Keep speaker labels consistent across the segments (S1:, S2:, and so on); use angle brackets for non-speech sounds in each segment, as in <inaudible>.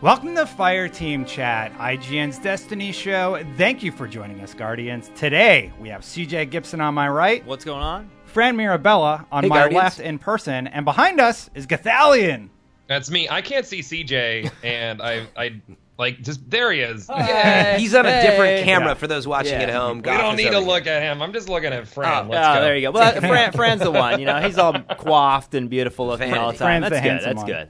S1: Welcome to Fire Team Chat, IGN's Destiny show. Thank you for joining us, Guardians. Today, we have CJ Gibson on my right,
S2: What's going on?
S1: Fran Mirabella on
S3: Hey,
S1: my
S3: Guardians.
S1: left in person, and behind us is Gathalion.
S4: That's me. I can't see CJ, and I, I like just there he
S3: <laughs>
S4: is.
S3: He's on a different camera
S1: Yeah.
S3: for those watching
S2: Yeah.
S3: at home.
S4: we don't need to look at him. I'm just looking at Fran.
S2: Oh,
S4: Let's
S2: oh,
S4: go.
S2: there you go. Well,
S4: <laughs>
S2: Fran, Fran's the one. You know, he's all coiffed and beautiful looking all the time.
S1: Fran's the
S2: that's good.
S1: handsome
S2: That's
S1: one.
S2: good.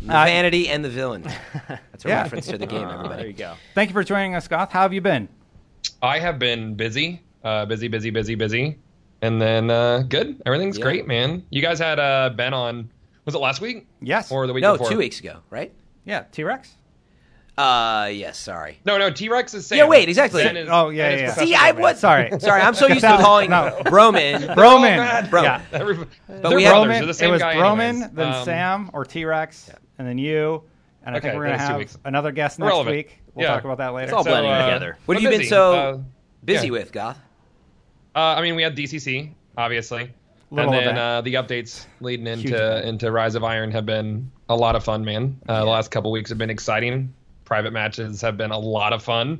S3: The vanity and
S1: <laughs>
S3: the villain. That's a
S1: Uh, Yeah.
S3: reference to the game,
S2: Uh, there
S3: everybody.
S2: you go.
S1: Thank you for joining us, Goth. How have you been?
S4: I have been busy, uh, busy, busy, busy, busy, and then uh, good. Everything's
S3: Yeah.
S4: great, man. You guys had uh, Ben on. Was it last week?
S1: Yes.
S4: Or the week
S3: No,
S4: before?
S3: two weeks ago, right?
S1: Yeah, T Rex.
S3: Uh, yes. Sorry.
S4: No, no. T Rex is Sam.
S3: Yeah, wait, exactly.
S4: Ben is-
S1: Oh, yeah,
S4: Ben is
S1: yeah, yeah.
S4: Professor
S3: See, I
S4: Roman.
S3: was
S1: Sorry.
S3: Sorry, I'm so used to
S1: Gathallion,
S3: calling
S1: no.
S3: Broman.
S1: Broman.
S4: Oh, God.
S3: Bro.
S1: Yeah.
S4: Everybody-
S3: But
S4: They're
S3: we had-
S4: brothers. They're the
S1: it
S4: same
S1: was
S4: guy.
S1: Broman,
S4: anyways.
S1: then
S4: Um,
S1: Sam or T Rex, and then you. And I think
S4: Okay,
S1: we're going to
S4: that was two
S1: have
S4: weeks.
S1: another guest next
S4: Irrelevant.
S1: week. We'll
S4: Yeah.
S1: talk about that later.
S2: It's all blending
S4: uh,
S2: together.
S3: What have you
S4: I'm
S3: been
S4: busy.
S3: so
S4: Uh,
S3: Busy
S4: Yeah.
S3: with Goth.
S4: Uh, I mean, we had DCC, obviously,
S1: Little
S4: and then
S1: event.
S4: uh, the updates leading
S1: Huge
S4: into
S1: event.
S4: into Rise of Iron have been a lot of fun, man. Uh, The last couple weeks have been exciting. Private matches have been a lot of fun.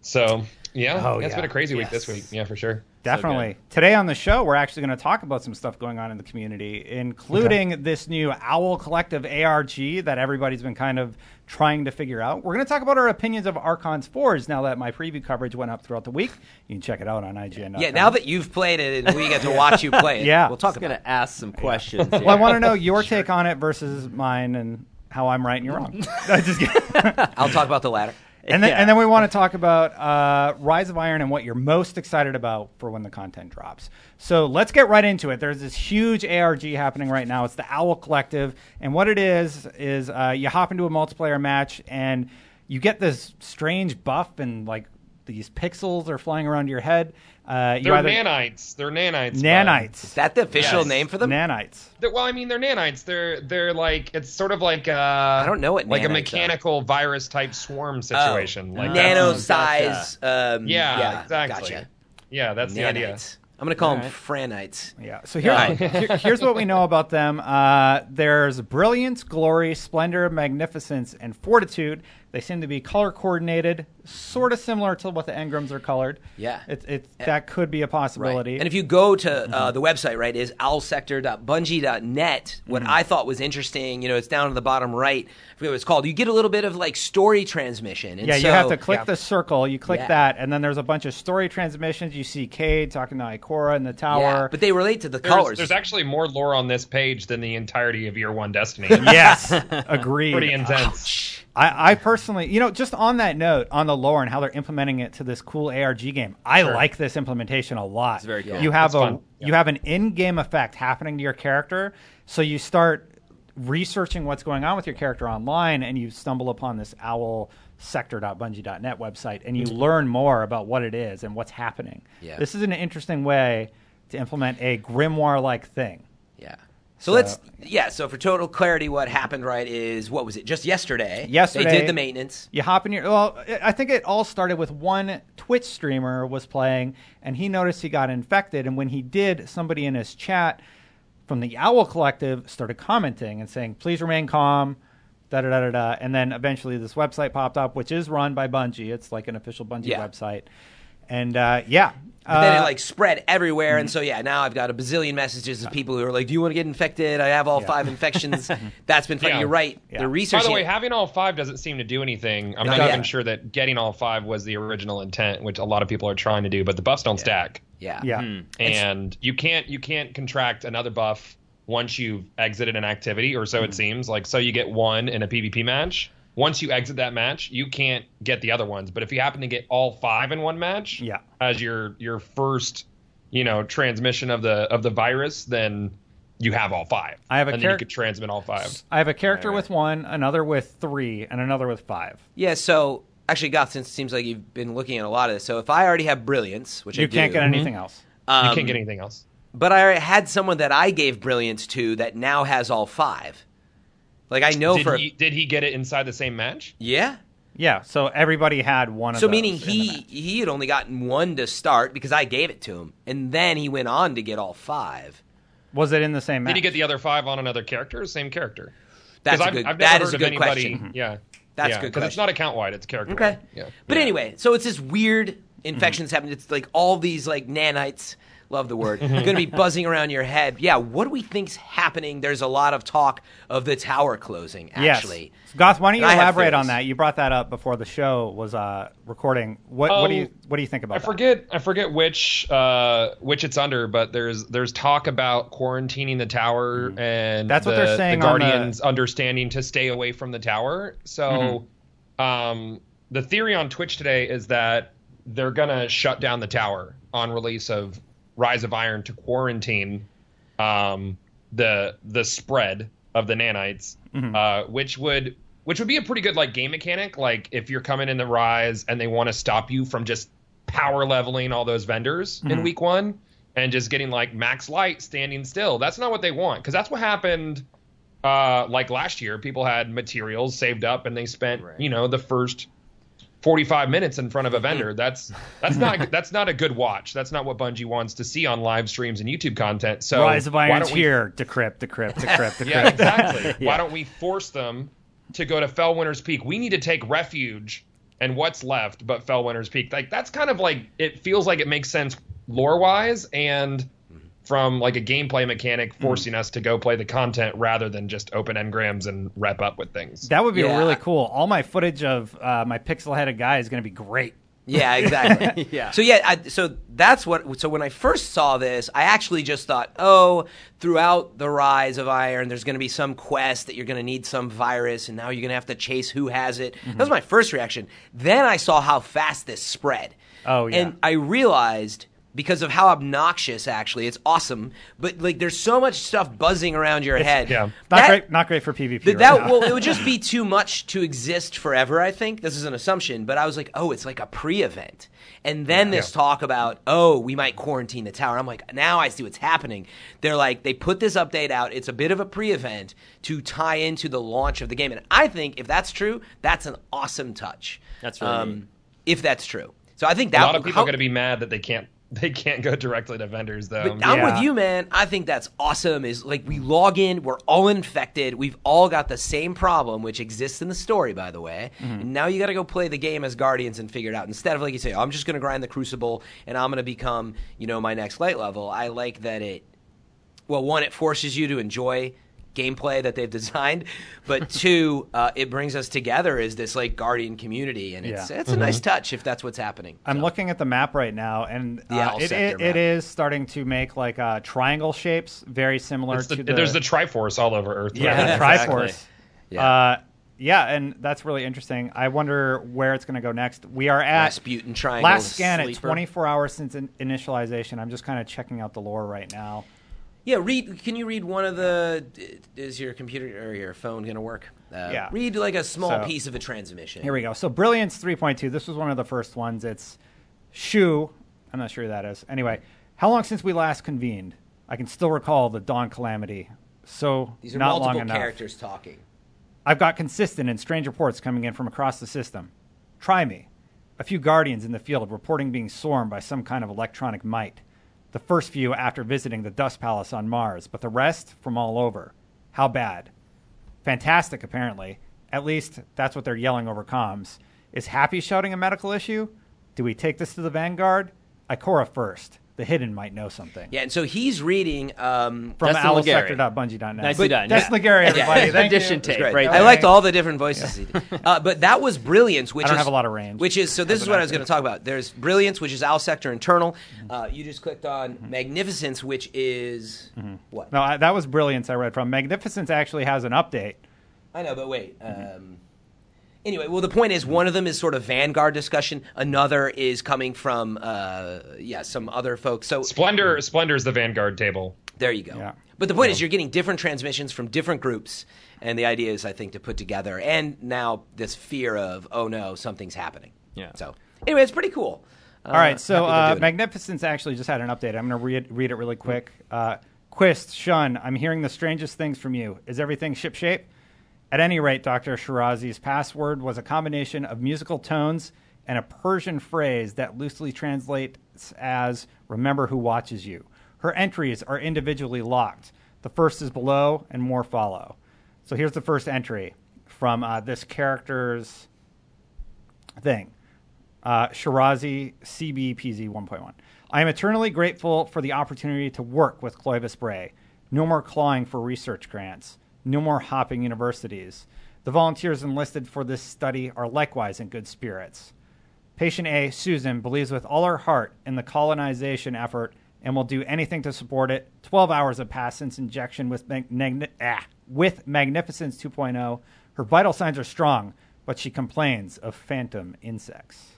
S4: So yeah,
S1: Oh,
S4: it's
S1: yeah.
S4: been a crazy week this
S1: Yes.
S4: week. Yeah, for sure.
S1: Definitely. Today on the show, we're actually going to talk about some stuff going on in the community, including this new Owl Collective ARG that everybody's been kind of trying to figure out. We're going to talk about our opinions of Archons Forge now that my preview coverage went up throughout the week. You can check it out on IGN.
S4: Uh-huh.
S3: Yeah. Now that you've played it and we get to watch you play
S1: <laughs>
S3: it,
S1: Yeah.
S3: we'll talk
S2: I'm
S3: about
S2: gonna
S3: it.
S2: ask
S1: <laughs>
S2: some questions.
S1: Well, I want
S3: <laughs>
S1: to know your take on it versus mine and how I'm right and you're wrong. No, just kidding.
S3: I'll talk about the latter.
S1: and, then,
S2: Yeah.
S1: and then we want to talk about uh, Rise of Iron and what you're most excited about for when the content drops. So let's get right into it. There's this huge ARG happening right now. It's the Owl Collective. And what it is, is uh, you hop into a multiplayer match and you get this strange buff and like these pixels are flying around your head. Uh, you
S4: They're
S1: either-
S4: nanites. They're nanites. bud.
S3: Is
S1: Nanites.
S3: that the official
S4: Yes.
S3: name for them?
S1: Nanites.
S4: They're- well, I mean, they're nanites. They're they're like it's sort of like uh I
S3: don't know what
S4: like a
S3: nanites are.
S4: mechanical virus type swarm
S3: Oh.
S4: situation. like that's-
S3: Nano size. Um,
S4: Yeah,
S3: yeah,
S4: exactly.
S3: Gotcha.
S4: Yeah, that's the idea.
S3: Nanites. I'm gonna call them
S2: Alright.
S3: Franites.
S1: Yeah. So here, <laughs> here- here's what we know about them. Uh, there's brilliance, glory, splendor, magnificence, and fortitude. They seem to be color coordinated, sort of similar to what the engrams are colored.
S3: Yeah.
S1: It, it, that could be a possibility. Mm-hmm.
S3: And if you go to uh, the website, right, is owlsector.bungie.net.
S1: Mm-hmm.
S3: What I thought was interesting, you know, it's down to the bottom right. I forget what it's called. You get a little bit of like story transmission. And
S1: yeah,
S3: so-
S1: you have to click the circle. You click
S3: Yeah.
S1: that, and then there's a bunch of story transmissions. You see Cade talking to Ikora in the tower.
S3: Yeah, but they relate to the
S4: There's,
S3: colors.
S4: there's actually more lore on this page than the entirety of Year One
S3: <laughs>
S4: Destiny.
S1: yes, agreed.
S4: <laughs> Pretty intense.
S1: I, I personally, you know, just on that note, on the lore and how they're implementing it to this cool ARG game, I like this implementation a lot. It's
S2: very cool.
S1: You have
S4: It's
S1: a
S4: fun.
S1: you have an in-game effect happening to your character, so you start researching what's going on with your character online, and you stumble upon this owl sector.bungie.net website, and you learn more about what it is and what's happening.
S3: Yeah.
S1: This is an interesting way to implement a grimoire-like thing.
S3: Yeah. So, let's yeah. So for total clarity, what happened right is what was it? Just yesterday.
S1: Yesterday-
S3: they did the maintenance.
S1: You hop in your well. I- I think it all started with one Twitch streamer was playing, and he noticed he got infected. And when he did, somebody in his chat from the Owl Collective started commenting and saying, "Please remain calm." Da da da da da. And then eventually, this website popped up, which is run by Bungie. It's like an official Bungie
S3: Yeah.
S1: website. And uh, yeah,
S3: But then it
S1: Uh, mm-hmm.
S3: like spread everywhere, and so yeah, now I've got a bazillion messages of people who are like, "Do you want to get infected? I have all
S1: <laughs>
S3: five infections." That's been fun.
S4: Yeah.
S3: You're right.
S1: Yeah.
S3: They're
S1: By the
S4: By
S3: researching.
S4: the way,
S3: it.
S4: having all five doesn't seem to do anything. I'm
S3: Not
S4: not
S3: yet.
S4: even sure that getting all five was the original intent, which a lot of people are trying to do. But the buffs don't stack,
S3: yeah.
S1: yeah.
S4: and you can't you can't contract another buff once you've exited an activity, or
S1: Mm-hmm.
S4: so it seems. Like so, you get one in a PvP match. Once you exit that match, you can't get the other ones. But if you happen to get all five in one match,
S1: Yeah.
S4: as your your first, you know, transmission of the of the virus, then you have all five.
S1: I have a
S4: and then you
S1: charac-
S4: could transmit all five.
S1: I have a character with one, another with three, and another with five.
S3: Yeah, so actually, Goth, since it seems like you've been looking at a lot of this, so if I already have brilliance, which I
S1: You can't
S3: do,
S1: get anything else.
S4: you can't get anything else.
S3: but I already had someone that I gave brilliance to that now has all five. Like I know
S4: did,
S3: for
S4: he, did he get it inside the same match?
S3: yeah.
S1: Yeah. So everybody had one. of
S3: So
S1: those
S3: meaning
S1: in the
S3: he
S1: match.
S3: he had only gotten one to start because I gave it to him, and then he went on to get all five.
S1: was it in the same match?
S4: Did he get the other five on another character or same character?
S3: That's
S4: Because
S3: a
S4: I've,
S3: good.
S4: I've never
S3: that
S4: heard
S3: is a
S4: of
S3: good
S4: anybody.
S3: question. Mm-hmm.
S4: Yeah,
S3: That's
S4: yeah,
S3: a good
S4: Because it's
S3: question.
S4: not account wide; it's character.
S3: Mm-hmm. Okay.
S4: wide. Yeah. Mm-hmm.
S3: But anyway, so it's this weird infections happening. It's like all these like nanites. Love the word.
S4: Mm-hmm.
S3: Going to be buzzing around your head. Yeah, what do we think's happening? There's a lot of talk of the tower closing. Actually,
S1: yes. Goth, why don't you
S3: And I have
S1: elaborate on
S3: theories.
S1: that? You brought that up before the show was uh, recording. What, what do
S4: Oh,
S1: you what do you think about?
S4: I
S1: that?
S4: forget I forget which uh, which it's under, but there's there's talk about quarantining the tower
S3: Mm-hmm.
S4: and
S1: That's what
S4: the-
S1: they're saying
S4: The
S1: on the-
S4: Guardians understanding to stay away from the tower. So,
S3: Mm-hmm.
S4: um, the theory on Twitch today is that they're gonna shut down the tower on release of Rise of Iron to quarantine um, the the spread of the nanites, uh, which would which would be a pretty good like game mechanic. Like if you're coming in the rise and they want to stop you from just power leveling all those vendors in week one and just getting like max light standing still. That's not what they want because that's what happened. Uh, like last year, people had materials saved up and they spent you know the first 45 minutes in front of a vendor. That's that's not that's not a good watch. That's not what Bungie wants to see on live streams and YouTube content. So
S1: Rise of
S4: why
S1: Iron's
S4: don't we-
S1: here. Decrypt, decrypt, decrypt, decrypt.
S4: Yeah, exactly. Why don't we force them to go to Fellwinter's Peak? We need to take refuge and what's left but Fellwinter's Peak. Like that's kind of like it feels like it makes sense lore wise and from like a gameplay mechanic forcing us to go play the content rather than just open engrams and wrap up with things.
S1: That would be
S3: Yeah.
S1: really cool. All my footage of uh, my pixel-headed guy is going to be great. <laughs>
S3: Yeah, exactly.
S2: Yeah.
S3: So yeah, I, so that's what. So when I first saw this, I actually just thought, oh, throughout the rise of Iron, there's going to be some quest that you're going to need some virus, and now you're going to have to chase who has it.
S1: Mm-hmm.
S3: That was my first reaction. Then I saw how fast this spread.
S1: Oh, yeah.
S3: And I realized because of how obnoxious actually it's awesome but like there's so much stuff buzzing around your head
S4: yeah. Not
S1: Not
S3: That-
S1: great. Not great for PvP.
S3: Th-
S1: right
S3: that
S1: now.
S3: well, it would
S4: <laughs>
S3: just be too much to exist forever. I think this is an assumption, but I was like, oh, it's like a pre-event, and then this
S4: Yeah.
S3: talk about oh, we might quarantine the tower. I'm like, now I see what's happening. They're like, they put this update out. It's a bit of a pre-event to tie into the launch of the game, and I think if that's true, that's an awesome touch. Um,
S2: That's really neat.
S3: if that's true. So I think
S4: a
S3: that
S4: lot of people
S3: how-
S4: are going to be mad that they can't <laughs> they can't go directly to vendors though.
S3: but I'm
S1: Yeah.
S3: with you, man. I think that's awesome. Is like we log in, we're all infected. We've all got the same problem, which exists in the story, by the way.
S1: Mm-hmm.
S3: And now you got to go play the game as guardians and figure it out. Instead of like you say, I'm just going to grind the crucible and I'm going to become, you know, my next light level. I like that it well, one, it forces you to enjoy gameplay that they've <laughs> designed,
S1: <laughs>
S3: but two, uh, it brings us together as this like guardian community, and it's
S1: Yeah. Mm-hmm.
S3: it's a nice touch if that's what's happening.
S1: <laughs> I'm looking at the map right now, and uh,
S3: The owl
S1: it,
S3: sector
S1: it, it
S3: map.
S1: is starting to make like uh, triangle shapes, very similar
S4: It's the-
S1: to the.
S4: there's the Triforce all over Earth. right
S1: yeah,
S4: now.
S1: the
S2: Exactly.
S1: Triforce.
S3: Yeah.
S1: Uh, yeah, and that's really interesting. I wonder where it's going to go next. We are at
S3: Rasputin triangle.
S1: last scan at
S2: Sleeper.
S1: 24 hours since in- initialization. I'm just kind of checking out the lore right now.
S3: Yeah, read. Can you read one of the? Is your computer or your phone gonna work? Uh,
S1: Yeah.
S3: Read like a small
S1: So-
S3: piece of a transmission.
S1: Here we go. So Brilliance 3.2. This was one of the first ones. It's Shu. I'm not sure who that is. Anyway, how long since we last convened? I can still recall the Dawn Calamity. So
S3: These are
S1: not long
S3: multiple
S1: enough.
S3: characters talking.
S1: I've got consistent and strange reports coming in from across the system. Try me. A few guardians in the field reporting being swarmed by some kind of electronic might. The first few after visiting the Dust Palace on Mars, but the rest from all over. How bad? Fantastic, apparently. At least that's what they're yelling over comms. Is Happy shouting a medical issue? Do we take this to the Vanguard? Ikora first. The hidden might know something.
S3: Yeah, and so he's reading. Um,
S1: From
S2: Dustin Legary.
S1: alsector.bungie.net.
S2: Nicely done,
S1: Destin
S2: yeah.
S1: Legary,
S2: <laughs>
S1: everybody.
S3: Yeah.
S1: Thank
S2: Addition
S1: you.
S2: tape,
S3: It's great.
S2: right?
S3: I
S2: there.
S3: liked all the different voices he did. Uh, but that was brilliance, which
S1: I don't
S3: is,
S1: have a lot of range.
S3: Which is so. This is what I was going to talk about. There's brilliance, which is Owl Sector Internal.
S1: Mm-hmm.
S3: Uh, you just clicked on magnificence, which is what?
S1: Mm-hmm. No, I, that was brilliance. I read from Magnificence actually has an update.
S3: I know, but wait. Um,
S1: Mm-hmm.
S3: Anyway, well, the point is, one of them is sort of vanguard discussion. Another is coming from, uh, yeah, some other folks. So
S4: Splendor Splendor is the Vanguard table.
S3: there you go.
S1: Yeah.
S3: But the point is, you're getting different transmissions from different groups, and the idea is, I think, to put together. And now this fear of, oh no, something's happening.
S2: Yeah.
S3: So anyway, it's pretty cool.
S1: All right, so uh,
S3: magnificent.
S1: Magnificence actually just had an update. I'm going to read, read it really quick. Uh, Quist, Shun, I'm hearing the strangest things from you. Is everything shipshape? At any rate, Dr. Shirazi's password was a combination of musical tones and a Persian phrase that loosely translates as remember who watches you. Her entries are individually locked. The first is below, and more follow. So here's the first entry from uh, this character's thing. Uh, Shirazi CBPZ 1.1. I am eternally grateful for the opportunity to work with Clovis Bray. No more clawing for research grants. No more hopping universities. The volunteers enlisted for this study are likewise in good spirits. Patient A, Susan, believes with all her heart in the colonization effort and will do anything to support it. 12 hours have passed since injection with, mag- magni- ah, with Magnificence 2.0. Her vital signs are strong, but she complains of phantom insects.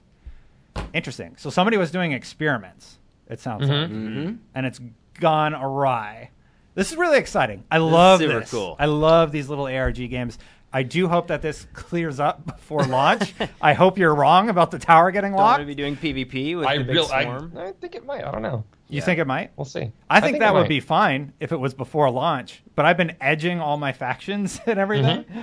S1: Interesting. So somebody was doing experiments, it sounds like, and it's gone awry. This is really exciting. I love
S2: super
S1: this.
S2: cool.
S1: I love these little ARG games. I do hope that this clears up before
S4: <laughs>
S1: launch. I hope you're wrong about the tower getting
S2: Don't want to
S1: locked.
S2: be doing PvP with
S4: I
S2: the big
S4: real I,
S2: swarm.
S4: I think it might. I don't know.
S1: You think it might?
S4: We'll see.
S1: I think,
S4: it
S1: that would
S4: might.
S1: be fine if it was before launch, but I've been edging all my factions <laughs> and everything,
S4: Mm-hmm.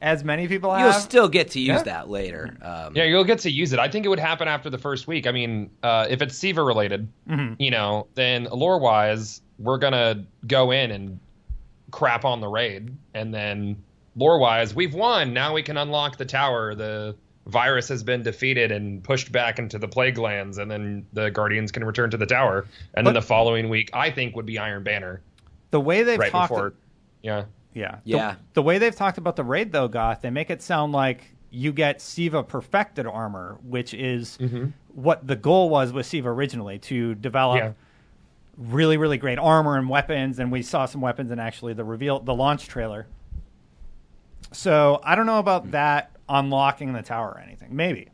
S1: as many people have.
S3: You'll still get to use
S4: Yeah.
S3: that later. Um,
S4: Yeah, you'll get to use it. I think it would happen after the first week. I mean, uh, if it's Siva related,
S1: Mm-hmm.
S4: you know, then lore wise, we're gonna go in and crap on the raid, and then lore wise, we've won. Now we can unlock the tower. The virus has been defeated and pushed back into the plague lands, and then the guardians can return to the tower. And then
S1: But-
S4: the following week, I think would be Iron Banner
S1: the way they've
S4: right
S1: talked,
S4: before. Yeah.
S1: yeah, The-
S3: Yeah.
S1: The, way they've talked about the raid though, Goth, they make it sound like you get Siva perfected armor, which is what the goal was with Siva originally to develop.
S4: Yeah.
S1: Really, really great armor and weapons, and we saw some weapons in actually the reveal, the launch trailer. So I don't know about that unlocking the tower or anything. Maybe,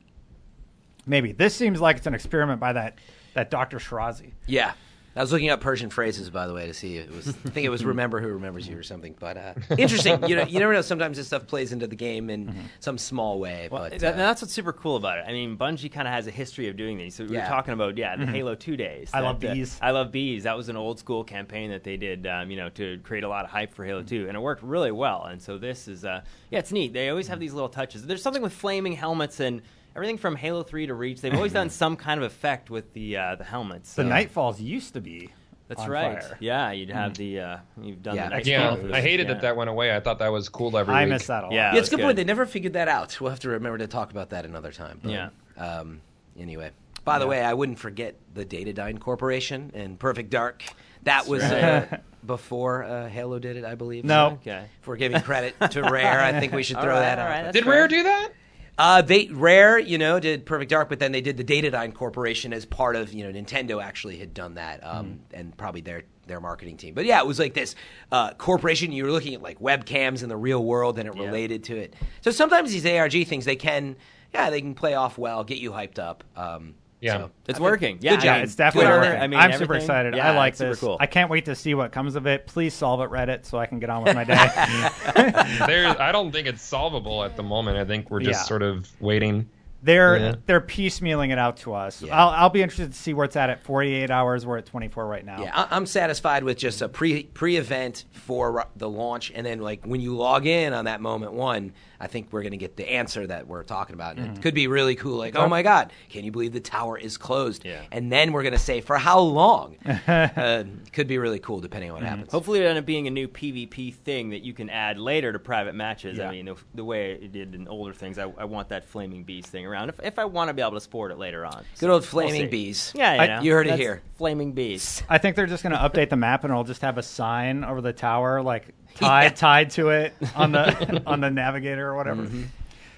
S1: maybe this seems like it's an experiment by that that Doctor Shirazi.
S3: Yeah. I was looking up Persian phrases, by the way, to see if it was. I think it was "Remember who remembers you" or something. But uh, interesting. You know, you never know. Sometimes this stuff plays into the game in some small way.
S2: Mm-hmm. Well,
S3: but
S2: that-
S3: uh,
S2: that's what's super cool about it. I mean, Bungie kind of has a history of doing these. So we
S3: Yeah.
S2: were talking about yeah, the Halo Two days.
S1: Mm-hmm. I
S2: that,
S1: Love
S2: uh,
S1: Bees.
S2: I love bees. That was an old school campaign that they did, um, you know, to create a lot of hype for Halo
S1: Mm-hmm.
S2: Two, and it worked really well. And so this is, uh, yeah, it's neat. They
S1: Mm-hmm.
S2: always have these little touches. There's something with flaming helmets and everything from Halo Three to Reach. They've always done some kind of effect with the uh, the helmets.
S1: Mm-hmm. The
S2: So-
S1: Nightfalls used to be.
S2: That's
S1: on
S2: right.
S1: fire. Mm-hmm.
S2: Yeah, you'd have the uh, you've done
S3: Yeah.
S2: the next
S4: Yeah,
S2: one.
S4: I hated
S2: Yeah.
S4: that that went away. I thought that was cool every
S1: I
S4: week.
S1: miss that a lot.
S2: Yeah.
S3: yeah, it's a
S2: that's
S3: good, point.
S2: good.
S3: They never figured that out. We'll have to remember to talk about that another time. But,
S2: Yeah.
S3: Um, anyway, by the way, I wouldn't forget the Datadyne Corporation and Perfect Dark. That
S2: <laughs>
S3: was uh, before uh, Halo did it, I believe.
S1: No.
S2: Okay.
S3: If we're giving credit
S2: <laughs>
S3: to Rare, I think we should
S2: All
S3: throw
S2: right,
S3: that
S2: all
S3: out.
S2: right, that's
S4: Did
S2: fair.
S4: Rare do that?
S3: Uh, they Rare, you know, did Perfect Dark, but then they did the Datadyne Corporation as part of, you know, Nintendo actually had done that, um, and probably their their marketing team. But yeah, it was like this uh, corporation. You were looking at like webcams in the real world, and it related to it. So sometimes these ARG things, they can, yeah, they can play off well, get you hyped up. Um,
S4: Yeah.
S3: so
S2: It's
S3: I think-
S2: working. Yeah,
S3: good job.
S2: I mean,
S1: it's definitely
S2: Twitter,
S1: working. I
S2: I mean,
S1: am super
S2: everything.
S1: excited.
S2: Yeah,
S1: I like
S2: it's super
S1: this.
S2: cool.
S1: I can't wait to see what comes of it. Please solve it, Reddit, so I can get on with my
S2: <laughs>
S1: day.
S4: there, I don't think it's solvable at the moment. I think we're just
S1: Yeah.
S4: sort of waiting.
S1: they're
S4: Yeah.
S1: they're piecemealing it out to us.
S3: Yeah.
S1: I'll, I'll be interested to see where it's at at 48 hours. We're at 24 right now.
S3: Yeah,
S2: Um,
S3: I- I'm satisfied with just a pre pre event for the launch, and then like when you log in on that moment one, I think we're gonna get the answer that we're talking about.
S2: Mm-hmm.
S3: And It could be really cool, like oh my god, can you believe the tower is closed?
S2: Yeah.
S3: and then we're gonna say for how
S2: <laughs>
S3: long? uh, could be really cool depending
S2: Mm-hmm.
S3: on what happens.
S2: Hopefully, it'll end up being a new PvP thing that you can add later to private matches.
S1: Yeah.
S2: I mean, the, the way it did in older things, I, I want that flaming beast thing around if, if I want to be able to sport it later on.
S3: Good old
S2: We'll
S3: flaming
S2: see.
S3: bees.
S2: Yeah, you,
S1: I-
S2: know,
S3: you heard it
S2: that's
S3: here.
S2: Flaming beast. <laughs>
S1: I think they're just going to update the map, and it'll just have a sign over the tower, like tied tied to it on the on the navigator or whatever.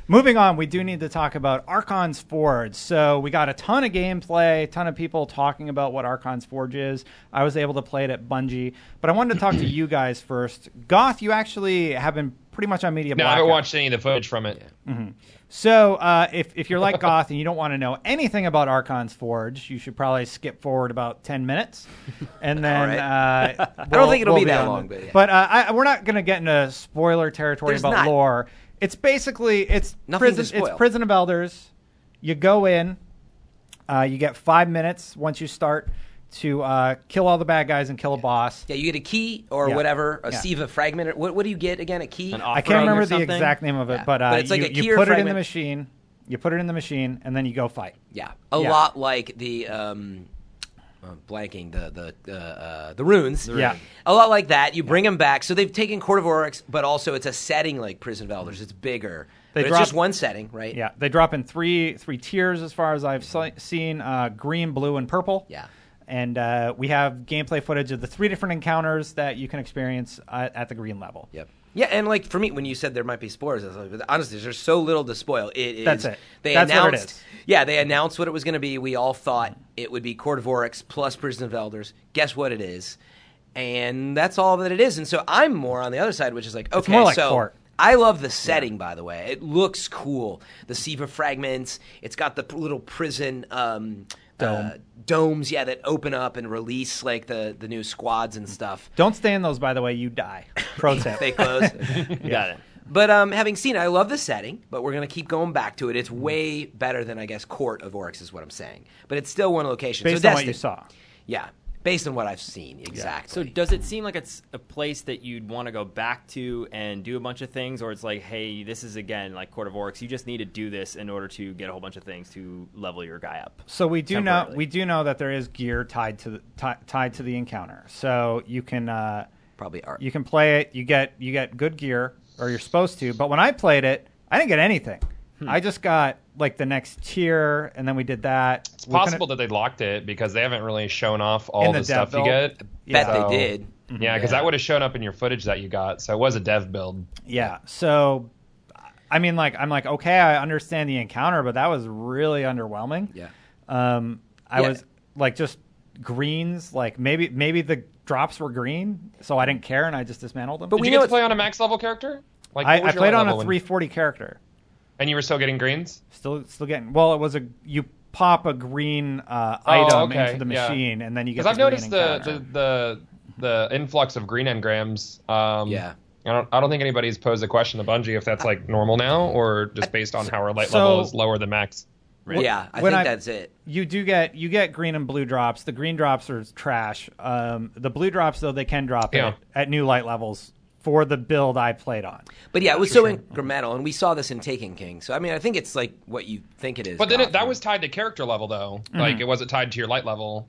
S1: Moving on, we do need to talk about Archon's Forge. So we got a ton of gameplay, ton of people talking about what Archon's Forge is. I was able to play it at Bungie, but I wanted to talk to you guys first. Goth, you actually have been pretty much on media.
S4: No, I haven't
S1: blackout.
S4: watched any of the footage from it.
S1: So, uh, if, if you're
S3: <laughs>
S1: like Goth and you don't want to know anything about Archon's Forge, you should probably skip forward about 10 minutes.
S3: <laughs>
S1: And then.
S3: right. <laughs>
S1: uh, we'll,
S3: don't think it'll
S1: we'll
S3: be that
S1: on
S3: long,
S1: the-
S3: but yeah.
S1: uh, I, I- we're not going to get into spoiler territory
S3: There's
S1: about
S3: not.
S1: lore. It's basically it's
S3: Nothing to
S1: prison, it's
S3: spoil.
S1: prison of elders. You go in, uh, you get five minutes once you start to uh, kill all the bad guys and kill a boss.
S3: Yeah, you get a key or
S1: Yeah.
S3: whatever, a
S1: Yeah.
S3: Siva fragment. Or, what, what do you get again? A key?
S2: An
S1: I
S2: off-
S1: can't
S2: offering or
S1: remember the
S2: something?
S1: exact name of it,
S3: Yeah.
S1: but, uh,
S3: But it's like
S1: you,
S3: a
S1: you
S3: key or
S1: put it in the
S3: fragment.
S1: machine. You put it in the machine, and then you go fight.
S3: Yeah, a
S1: Yeah.
S3: lot like the um, I'm blanking the the uh, uh, the runes.
S1: Yeah. runes.
S3: a lot like that. You bring them back. So they've taken Court of Oryx, but also it's a setting like Prison of Elders. It's bigger.
S1: They
S3: but
S1: drop-
S3: it's just one setting, right?
S1: Yeah, they drop in three three tiers as far as I've si- seen: uh, green, blue, and purple.
S3: Mm-hmm. Yeah.
S1: and uh, we have gameplay footage of the three different encounters that you can experience uh, at the green level.
S3: Yep. Yeah, and like for me, when you said there might be spoilers, I was like, honestly, there's so little to spoil. It is.
S1: That's it.
S3: They
S1: That's what it
S3: announced.
S1: is.
S3: Yeah, they announced what it was going to be. We all thought it would be Court of Oryx plus Prison of Elders. Guess what it is, and that's all that it is. And so I'm more on the other side, which is like, okay,
S1: more like
S3: so
S1: Fort.
S3: I love the setting, by the way. It looks cool. The Siva fragments. It's got the p- little prison um,
S1: Dome.
S3: uh, domes, yeah, that open up and release like the the new squads and stuff.
S1: Don't stay in those, by the way. You
S3: <coughs>
S1: die. Pro tip.
S3: <laughs> They close.
S1: <laughs>
S2: Got it.
S3: But um, having seen, it, I love the setting, but we're gonna keep going back to it. It's way better than I guess Court of Oryx is what I'm saying. But it's still one location.
S1: based
S3: so
S1: on what
S3: Destiny-
S1: you saw.
S3: yeah, based on what I've seen,
S2: So
S3: exactly.
S2: does it seem like it's a place that you'd want to go back to and do a bunch of things, or it's like, hey, this is again like Court of Oryx. You just need to do this in order to get a whole bunch of things to level your guy up.
S1: So we do know
S2: Temporarily.
S1: we do know that there is gear tied to the, ti- tied to the encounter. So you can uh,
S3: probably art.
S1: you can play it. You get you get good gear, or you're supposed to. But when I played it, I didn't get anything.
S4: Hmm.
S1: I just got like the next tier, and then we did that.
S4: It's possible that they locked it because they haven't really shown off all
S1: In
S4: the,
S1: the dev
S4: stuff you
S1: build? Mm-hmm.
S4: get.
S3: Bet
S4: So-
S3: they did.
S4: Yeah, because that would have shown up in your footage that you got. So it was a dev build.
S1: Yeah. So, I mean, like, I'm like, okay, I understand the encounter, but that was really underwhelming.
S3: Yeah.
S1: Um, I
S3: Yeah.
S1: was like, just greens. Like, maybe maybe the drops were green, so I didn't care, and I just dismantled them.
S3: But
S4: Did
S3: we
S4: you
S3: know
S4: get to
S3: it's-
S4: play on a max level character? Like what
S1: I,
S4: was
S1: I
S4: your
S1: played on
S4: level
S1: a
S4: when-
S1: 340 character.
S4: and you were still getting greens.
S1: Still, still getting. Well, it was a you pop a green uh,
S4: Oh,
S1: item
S4: okay,
S1: into the
S4: yeah.
S1: machine, and then you get.
S4: Because
S1: the
S4: I've noticed
S1: green
S4: the,
S1: encounter.
S4: the the the influx of green engrams. Um,
S3: Yeah.
S4: I don't, I don't think anybody's posed a question to Bungie if that's like normal now or just based on how our light
S1: So-
S4: level is lower than max.
S3: Yeah, I
S1: when
S3: think
S1: I-
S3: that's it.
S1: you do get you get green and blue drops. The green drops are trash. Um, the blue drops though they can drop
S4: Yeah.
S1: at, at new light levels for the build I played on.
S3: But yeah, it was so incremental, and we saw this in Taken King. So I mean, I think it's like what you think it is.
S4: But then it, that
S3: Gotham.
S4: was tied to character level though. Like it wasn't tied to your light level.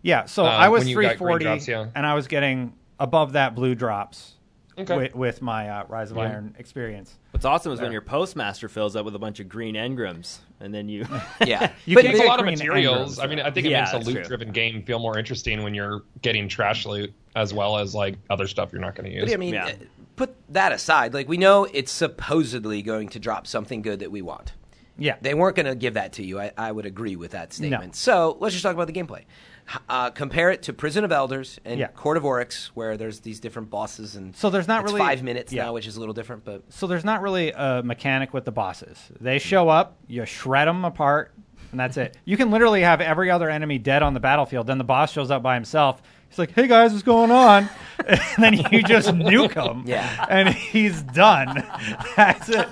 S1: Yeah, so
S4: Um,
S1: I was
S4: when you got green
S1: 340
S4: drops, yeah.
S1: and I was getting above that blue drops
S4: Okay.
S1: with, with my uh, Rise of Iron experience.
S2: What's awesome is when your postmaster fills up with a bunch of green engrams, and then <laughs> you
S3: <laughs> Yeah,
S1: You
S3: but
S1: can't
S4: There's a
S1: get
S4: lot of
S1: green
S4: materials.
S1: engrams,
S4: I mean, I think it
S2: Yeah,
S4: makes a
S2: that's true.
S4: loot-driven game feel more interesting when you're getting trash loot as well as like other stuff you're not going to use.
S3: But I mean,
S2: Yeah.
S3: uh, put that aside. Like we know it's supposedly going to drop something good that we want.
S1: Yeah.
S3: They weren't going to give that to you. I, I would agree with that statement. So let's just talk about the gameplay. H- Uh, compare it to Prison of Elders and
S1: Yeah.
S3: Court of Oryx, where there's these different bosses and
S1: So there's not
S3: it's
S1: really-
S3: five minutes
S1: yeah.
S3: now, which is a little different. But
S1: so there's not really a mechanic with the bosses. They show up, you shred them apart, and that's it. You can literally have every other enemy dead on the battlefield. Then the boss shows up by himself. He's like, "Hey guys, what's going on?" <laughs> And then you just nuke him.
S3: Yeah.
S1: And he's done. <laughs> That's it.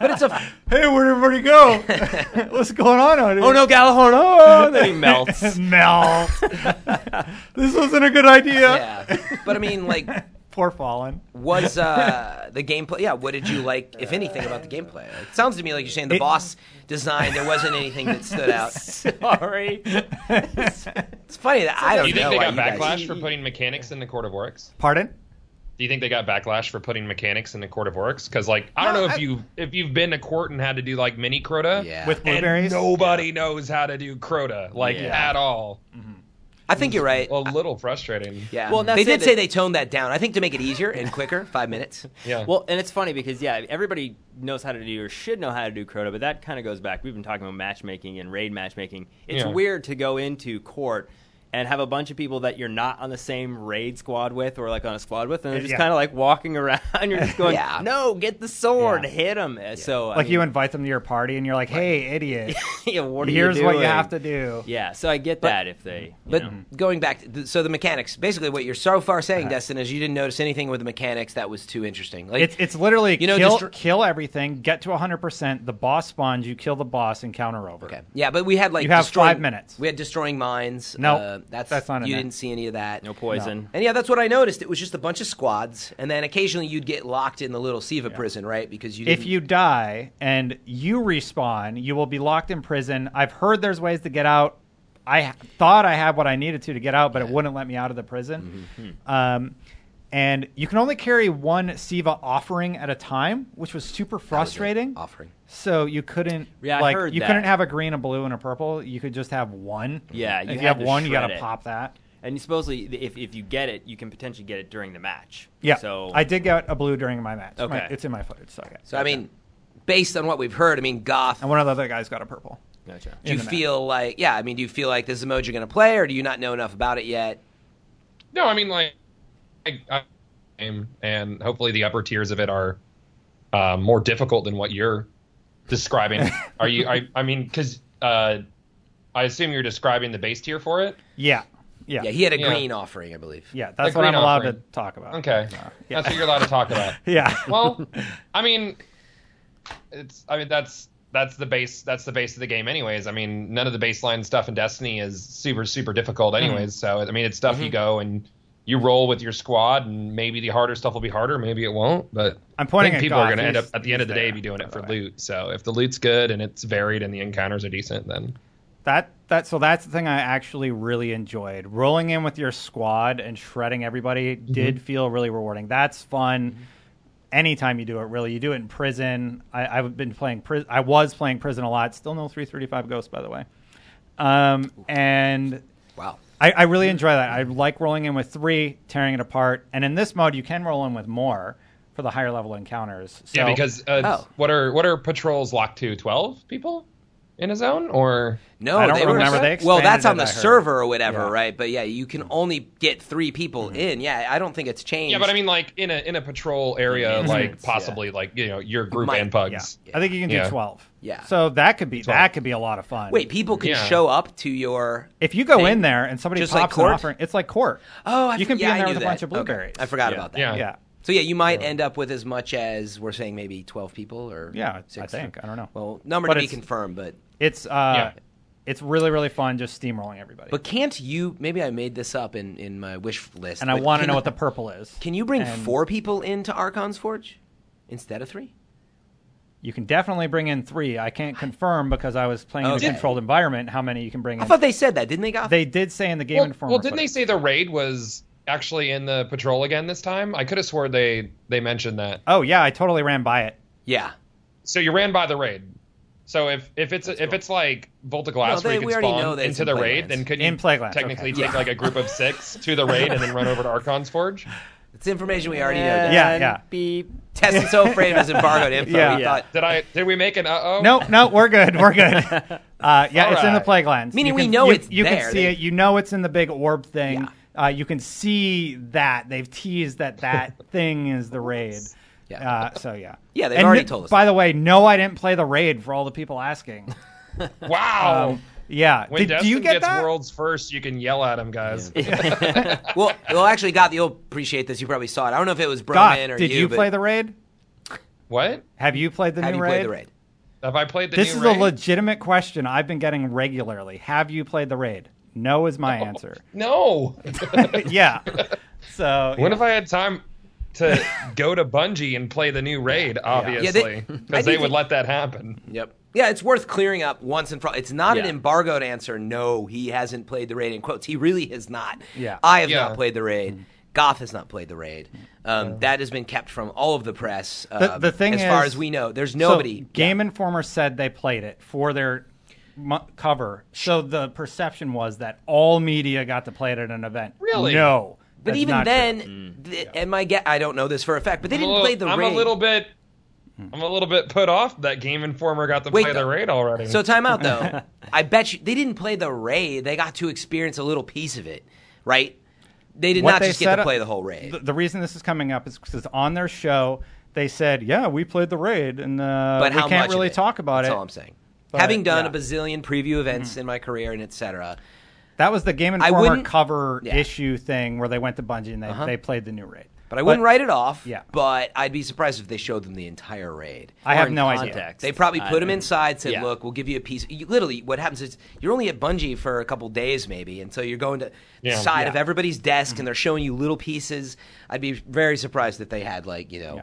S3: but it's a
S1: <laughs> Hey, where'd everybody go? <laughs> what's going on out here?
S2: oh
S1: <laughs>
S2: no, Galahorn! Oh, and then he melts.
S1: Mel. <laughs> this wasn't a good idea.
S3: yeah. But I mean, like,
S1: <laughs> Poor Fallen. <laughs>
S3: was uh, the gameplay? Yeah. What did you like, if anything, about the gameplay? It sounds to me like you're saying the
S1: It-
S3: boss design. There wasn't anything that
S1: <laughs>
S3: stood out.
S2: Sorry.
S3: It's funny that
S4: do
S3: I don't
S4: you
S3: know.
S4: think they
S3: why
S4: got
S3: you guys-
S4: backlash for putting mechanics in the Court of Oryx?
S1: Pardon?
S4: Do you think they got backlash for putting mechanics in the Court of Oryx? Because like I don't
S1: No,
S4: know if
S1: I-
S4: you if you've been to court and had to do like mini Crota,
S3: Yeah.
S1: With
S4: and
S1: blueberries?
S4: nobody knows how to do Crota like
S2: Yeah.
S4: at all.
S3: I think you're right.
S4: A little frustrating.
S3: Yeah.
S2: Well,
S3: Well,
S2: and that's
S3: they
S2: it.
S3: did say they toned that down. I think to make it easier and quicker, five minutes.
S4: Yeah.
S2: Well, and it's funny because yeah, everybody knows how to do or should know how to do Crota, but that kind of goes back. We've been talking about matchmaking and raid matchmaking. It's
S4: Yeah.
S2: weird to go into court and have a bunch of people that you're not on the same raid squad with or like on a squad with, and they're just
S1: Yeah.
S2: kind of like walking around. <laughs> You're just going,
S3: Yeah.
S2: "No, get the sword,
S1: Yeah.
S2: hit him." So I
S1: Like you
S2: mean,
S1: invite them to your party and you're like, "Hey, idiot.
S2: <laughs> yeah, what are
S1: Here's what you
S2: doing?
S1: have to do."
S2: Yeah, so I get that if they, you
S3: But
S2: know.
S3: going back, to the, so the mechanics. Basically, what you're so far saying, Destin, is you didn't notice anything with the mechanics that was too interesting. Like
S1: Uh-huh. It's it's literally
S3: You know,
S1: kill
S3: just-
S1: kill everything, get to 100%, the boss spawns, you kill the boss and counter over.
S3: okay, yeah, but we had like
S1: You have
S3: destroying-
S1: five minutes.
S3: We had destroying mines. Uh,
S1: No,
S3: that's
S1: that's not in
S3: you
S1: there.
S3: didn't see any of that.
S2: no poison.
S3: And yeah, that's what I noticed. It was just a bunch of squads, and then occasionally you'd get locked in the little Siva prison, right? Because you didn't,
S1: If you die and you respawn, you will be locked in prison. I've heard there's ways to get out. I thought I had what I needed to to get out, but it wouldn't let me out of the prison. Um, and you can only carry one Siva offering at a time, which was super frustrating.
S3: Offering.
S1: So you couldn't
S2: Yeah, I
S1: like
S2: heard
S1: you
S2: that.
S1: couldn't have a green, a blue, and a purple. You could just have one.
S2: Yeah, you
S1: if you
S2: had
S1: have
S2: to
S1: one, you
S2: shred
S1: gotta
S2: it.
S1: pop that.
S2: And supposedly, if, if you get it, you can potentially get it during the match.
S1: Yeah.
S2: So
S1: I did get a blue during my match. My-
S2: Okay.
S1: it's in my footage. So, yeah.
S3: So I mean, based on what we've heard, I mean, Goth.
S1: and one of the other guys got a purple.
S2: Gotcha.
S1: in
S3: Do you
S1: the match.
S3: feel like yeah? I mean, do you feel like this is a mode you're going to play, or do you not know enough about it yet?
S4: No, I mean like, I, I, I'm- and hopefully the upper tiers of it are uh, more difficult than what you're describing. are you? I, I mean, because uh, I assume you're describing the base tier for it.
S1: Yeah. Yeah.
S3: Yeah, he had a
S4: Yeah.
S3: green offering, I believe.
S1: Yeah, that's
S4: The
S1: what I'm
S4: green
S1: allowed
S4: offering.
S1: to talk about.
S4: Okay,
S1: Uh, yeah.
S4: that's what you're allowed to talk about.
S1: <laughs> Yeah. <laughs>
S4: Well, I mean, it's. I mean, that's that's the base. That's the base of the game, anyways. I mean, none of the baseline stuff in Destiny is super super difficult,
S1: Hmm.
S4: anyways. So I mean, it's stuff you
S1: Mm-hmm.
S4: go and you roll with your squad, and maybe the harder stuff will be harder, maybe it won't. But
S1: I'm pointing
S4: I
S1: at
S4: think people are
S1: Goth.
S4: going to end up
S1: He's-
S4: at the end
S1: he's
S4: of the
S1: there,
S4: day be doing
S1: by
S4: it
S1: the
S4: for
S1: way.
S4: loot. So if the loot's good and it's varied and the encounters are decent, then
S1: That that so that's the thing I actually really enjoyed. Rolling in with your squad and shredding everybody
S3: Mm-hmm.
S1: did feel really rewarding. That's fun. Anytime you do it, really, you do it in prison. I, I've been playing prison. I was playing prison a lot. Still no 335 Ghost, by the way. Um, and
S3: Wow.
S1: I, I really enjoy that. I like rolling in with three, tearing it apart, and in this mode, you can roll in with more for the higher level encounters. So,
S4: yeah, because uh,
S3: Oh.
S4: what are what are patrols locked to? Twelve people in a zone, or
S3: No,
S1: I don't
S3: they were-
S1: remember. They
S3: well,
S1: expanded
S3: that's
S1: it,
S3: on the
S1: I heard.
S3: server or whatever,
S1: Yeah. Mm-hmm.
S3: right? But yeah, you can only get three people in. Yeah, I don't think it's changed.
S4: Yeah, but I mean, like in a in a patrol area,
S2: Mhm.
S4: like
S2: Yeah.
S4: possibly, like you know, your group
S3: Might-
S4: and
S1: yeah,
S4: pugs.
S1: I think you can do
S4: Yeah.
S1: 12.
S3: Yeah.
S1: So that could be
S4: 12.
S1: that could be a lot of fun.
S3: wait, people can
S4: Yeah.
S3: show up to your.
S1: If you go
S3: thing?
S1: in there and somebody
S3: Just like
S1: pops an
S3: court?
S1: offering, it's like court.
S3: oh, I
S1: you
S3: f-
S1: can be
S3: yeah,
S1: in there
S3: I
S1: with
S3: knew
S1: a bunch
S3: that.
S1: of blueberries.
S3: Okay. I forgot
S2: Yeah.
S3: about that.
S4: Yeah.
S1: yeah,
S3: So yeah, you might end up with as much as we're saying, maybe twelve people or
S1: yeah. I
S3: six.
S1: think I don't know.
S3: Well, number
S1: But
S3: to be
S1: it's-
S3: confirmed, but
S1: It's uh,
S4: Yeah.
S1: it's really really fun just steamrolling everybody.
S3: but can't you? Maybe I made this up in in my wish list.
S1: and I
S3: but
S1: want to
S3: can-
S1: know what the purple is.
S3: <laughs> Can you bring
S1: and-
S3: four people into Archon's Forge instead of three?
S1: You can definitely bring in three. I can't confirm because I was playing
S3: Okay.
S1: in a controlled environment. How many you can bring
S3: Oh, I
S1: in?
S3: thought they said that, didn't they? Goth?
S1: they did say in the game
S4: Well,
S1: informer.
S4: well, didn't they
S1: footage.
S4: say the raid was actually in the patrol again this time? I could have swore they they mentioned that.
S1: Oh yeah, I totally ran by it.
S3: yeah.
S4: So you ran by the raid. So if if it's if it's like Volta Glass
S3: No,
S4: where
S3: they-
S4: you
S3: we
S4: can
S3: already
S4: spawn
S3: know that it's
S4: into
S3: in
S4: the
S3: Plague
S4: raid,
S3: Lands.
S4: then could
S1: In
S4: you
S1: Plague Lands,
S4: technically
S1: okay.
S4: take like a group of six to the raid and then run over to Archon's Forge?
S3: It's information we already know.
S2: And
S1: Yeah, yeah.
S2: Beep.
S3: Test and so framed as
S1: <laughs>
S3: embargoed info.
S1: Yeah.
S3: We
S1: Yeah.
S3: thought,
S4: Did I did we make an uh oh?
S1: No, no, we're good. We're good.
S3: <laughs>
S1: Uh, yeah,
S4: All
S1: it's in the
S4: right.
S1: plague lands.
S3: Meaning
S1: You
S3: we know
S1: you,
S3: it's
S1: You
S3: there.
S1: can see
S3: They-
S1: it. You know it's in the big orb thing.
S3: Yeah.
S1: Uh, you can see that they've teased that
S3: <laughs>
S1: that thing is the raid.
S3: Yeah.
S1: Uh, so yeah.
S3: Yeah, they've
S1: And
S3: already
S1: n-
S3: told us
S1: By the way, no, I didn't play the raid for all the people
S3: <laughs>
S1: asking.
S4: Wow.
S1: Um, yeah.
S4: when
S1: Did,
S4: Destin
S1: do you get
S4: gets
S1: that?
S4: worlds first, you can yell at him, guys.
S3: well, well, actually, Goth, you'll appreciate this. You probably saw it. I don't know if it was
S1: Doc,
S3: Broman or
S1: did you,
S3: but
S1: play the raid?
S4: What?
S1: Have you played the
S3: Have
S1: new
S3: you
S1: raid?
S3: played the raid?
S4: Have I played the
S1: This
S4: new
S1: is
S4: raid?
S1: a legitimate question I've been getting regularly. Have you played the raid? No is my
S4: <laughs>
S1: answer.
S4: No.
S1: yeah. So
S4: What
S1: yeah.
S4: if I had time to go to Bungie and play the new raid? Obviously,
S3: Yeah, they-
S4: because
S3: I
S4: they,
S3: do
S4: would
S3: think-
S4: let that happen.
S3: Yep. Yeah, it's worth clearing up once and for all. It's not an
S2: Yeah.
S3: embargoed answer. No, he hasn't played the raid. In quotes, he really has not.
S1: Yeah. Mm-hmm.
S3: I have
S4: Yeah.
S3: not played the raid. Goth has not played the raid. Um, That has been kept from all of the press.
S1: The-
S3: um,
S1: the thing
S3: as far
S1: is-
S3: as we know, there's
S1: So,
S3: nobody.
S1: Game Informer said they played it for their mo- cover, so the perception was that all media got to play it at an event.
S4: Really?
S1: No,
S3: But
S1: that's
S3: even
S1: not true.
S3: then, th- and my guess, I don't know this for a fact, but they
S4: I'm,
S3: didn't
S4: a,
S3: play the
S4: little- I'm
S3: raid.
S4: a little bit.
S1: Hmm.
S4: I'm a little bit put off that Game Informer got to
S3: Wait,
S4: play the
S3: though.
S4: raid already.
S3: So time out
S1: <laughs>
S3: though. I bet you they didn't play the raid. They got to experience a little piece of it, right? They did
S1: What
S3: not
S1: they
S3: just get to
S1: said- uh,
S3: play the whole raid.
S1: the, the reason this is coming up is because on their show they said, "Yeah, we played the raid, and uh,
S3: but
S1: we
S3: how much
S1: can't
S3: of
S1: really
S3: it?
S1: talk about
S3: That's
S1: it."
S3: all I'm saying.
S1: But,
S3: Having done a
S1: yeah. Mm-hmm.
S3: bazillion preview events in my career and etc.
S1: That was the Game Informer
S3: wouldn't-
S1: cover
S3: Yeah. Uh-huh.
S1: issue thing where they went to Bungie and they, they played the new raid.
S3: But I wouldn't write it off.
S1: Yeah.
S3: But I'd be surprised if they showed them the entire raid.
S1: I have
S2: Or in
S1: no idea.
S2: context.
S3: They probably put
S2: I
S3: him
S2: mean,
S3: inside, said,
S2: yeah.
S3: "Look, we'll give you a piece." You, literally, what happens is you're only at Bungie for a couple days, maybe, and so you're going to the
S4: Yeah.
S3: side of
S1: Yeah. Mm-hmm.
S3: everybody's desk, and they're showing you little pieces. I'd be very surprised if they had like you know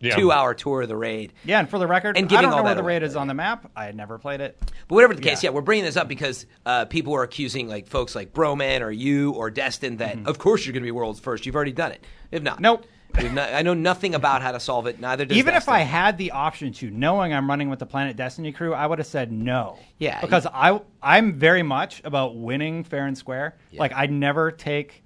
S4: Yeah.
S3: <laughs> two hour tour of the raid.
S1: Yeah, and for the record,
S3: And
S1: I
S3: giving
S1: don't
S3: all
S1: know where
S3: that
S1: the
S3: away.
S1: raid is on the map. I had never played it.
S3: But whatever the case,
S1: Yeah.
S3: yeah, we're bringing this up because uh, people are accusing like folks like Broman or you or Destin that of course you're going to be world's first. You've already done it. If not,
S1: Mm-hmm. Nope.
S3: We've not- I know nothing about how to solve it. Neither does
S1: Even if
S3: Destin.
S1: I had the option to, knowing I'm running with the Planet Destiny crew, I would have said no.
S3: Yeah,
S1: because
S3: you-
S1: I I'm very much about winning fair and square. Like I never take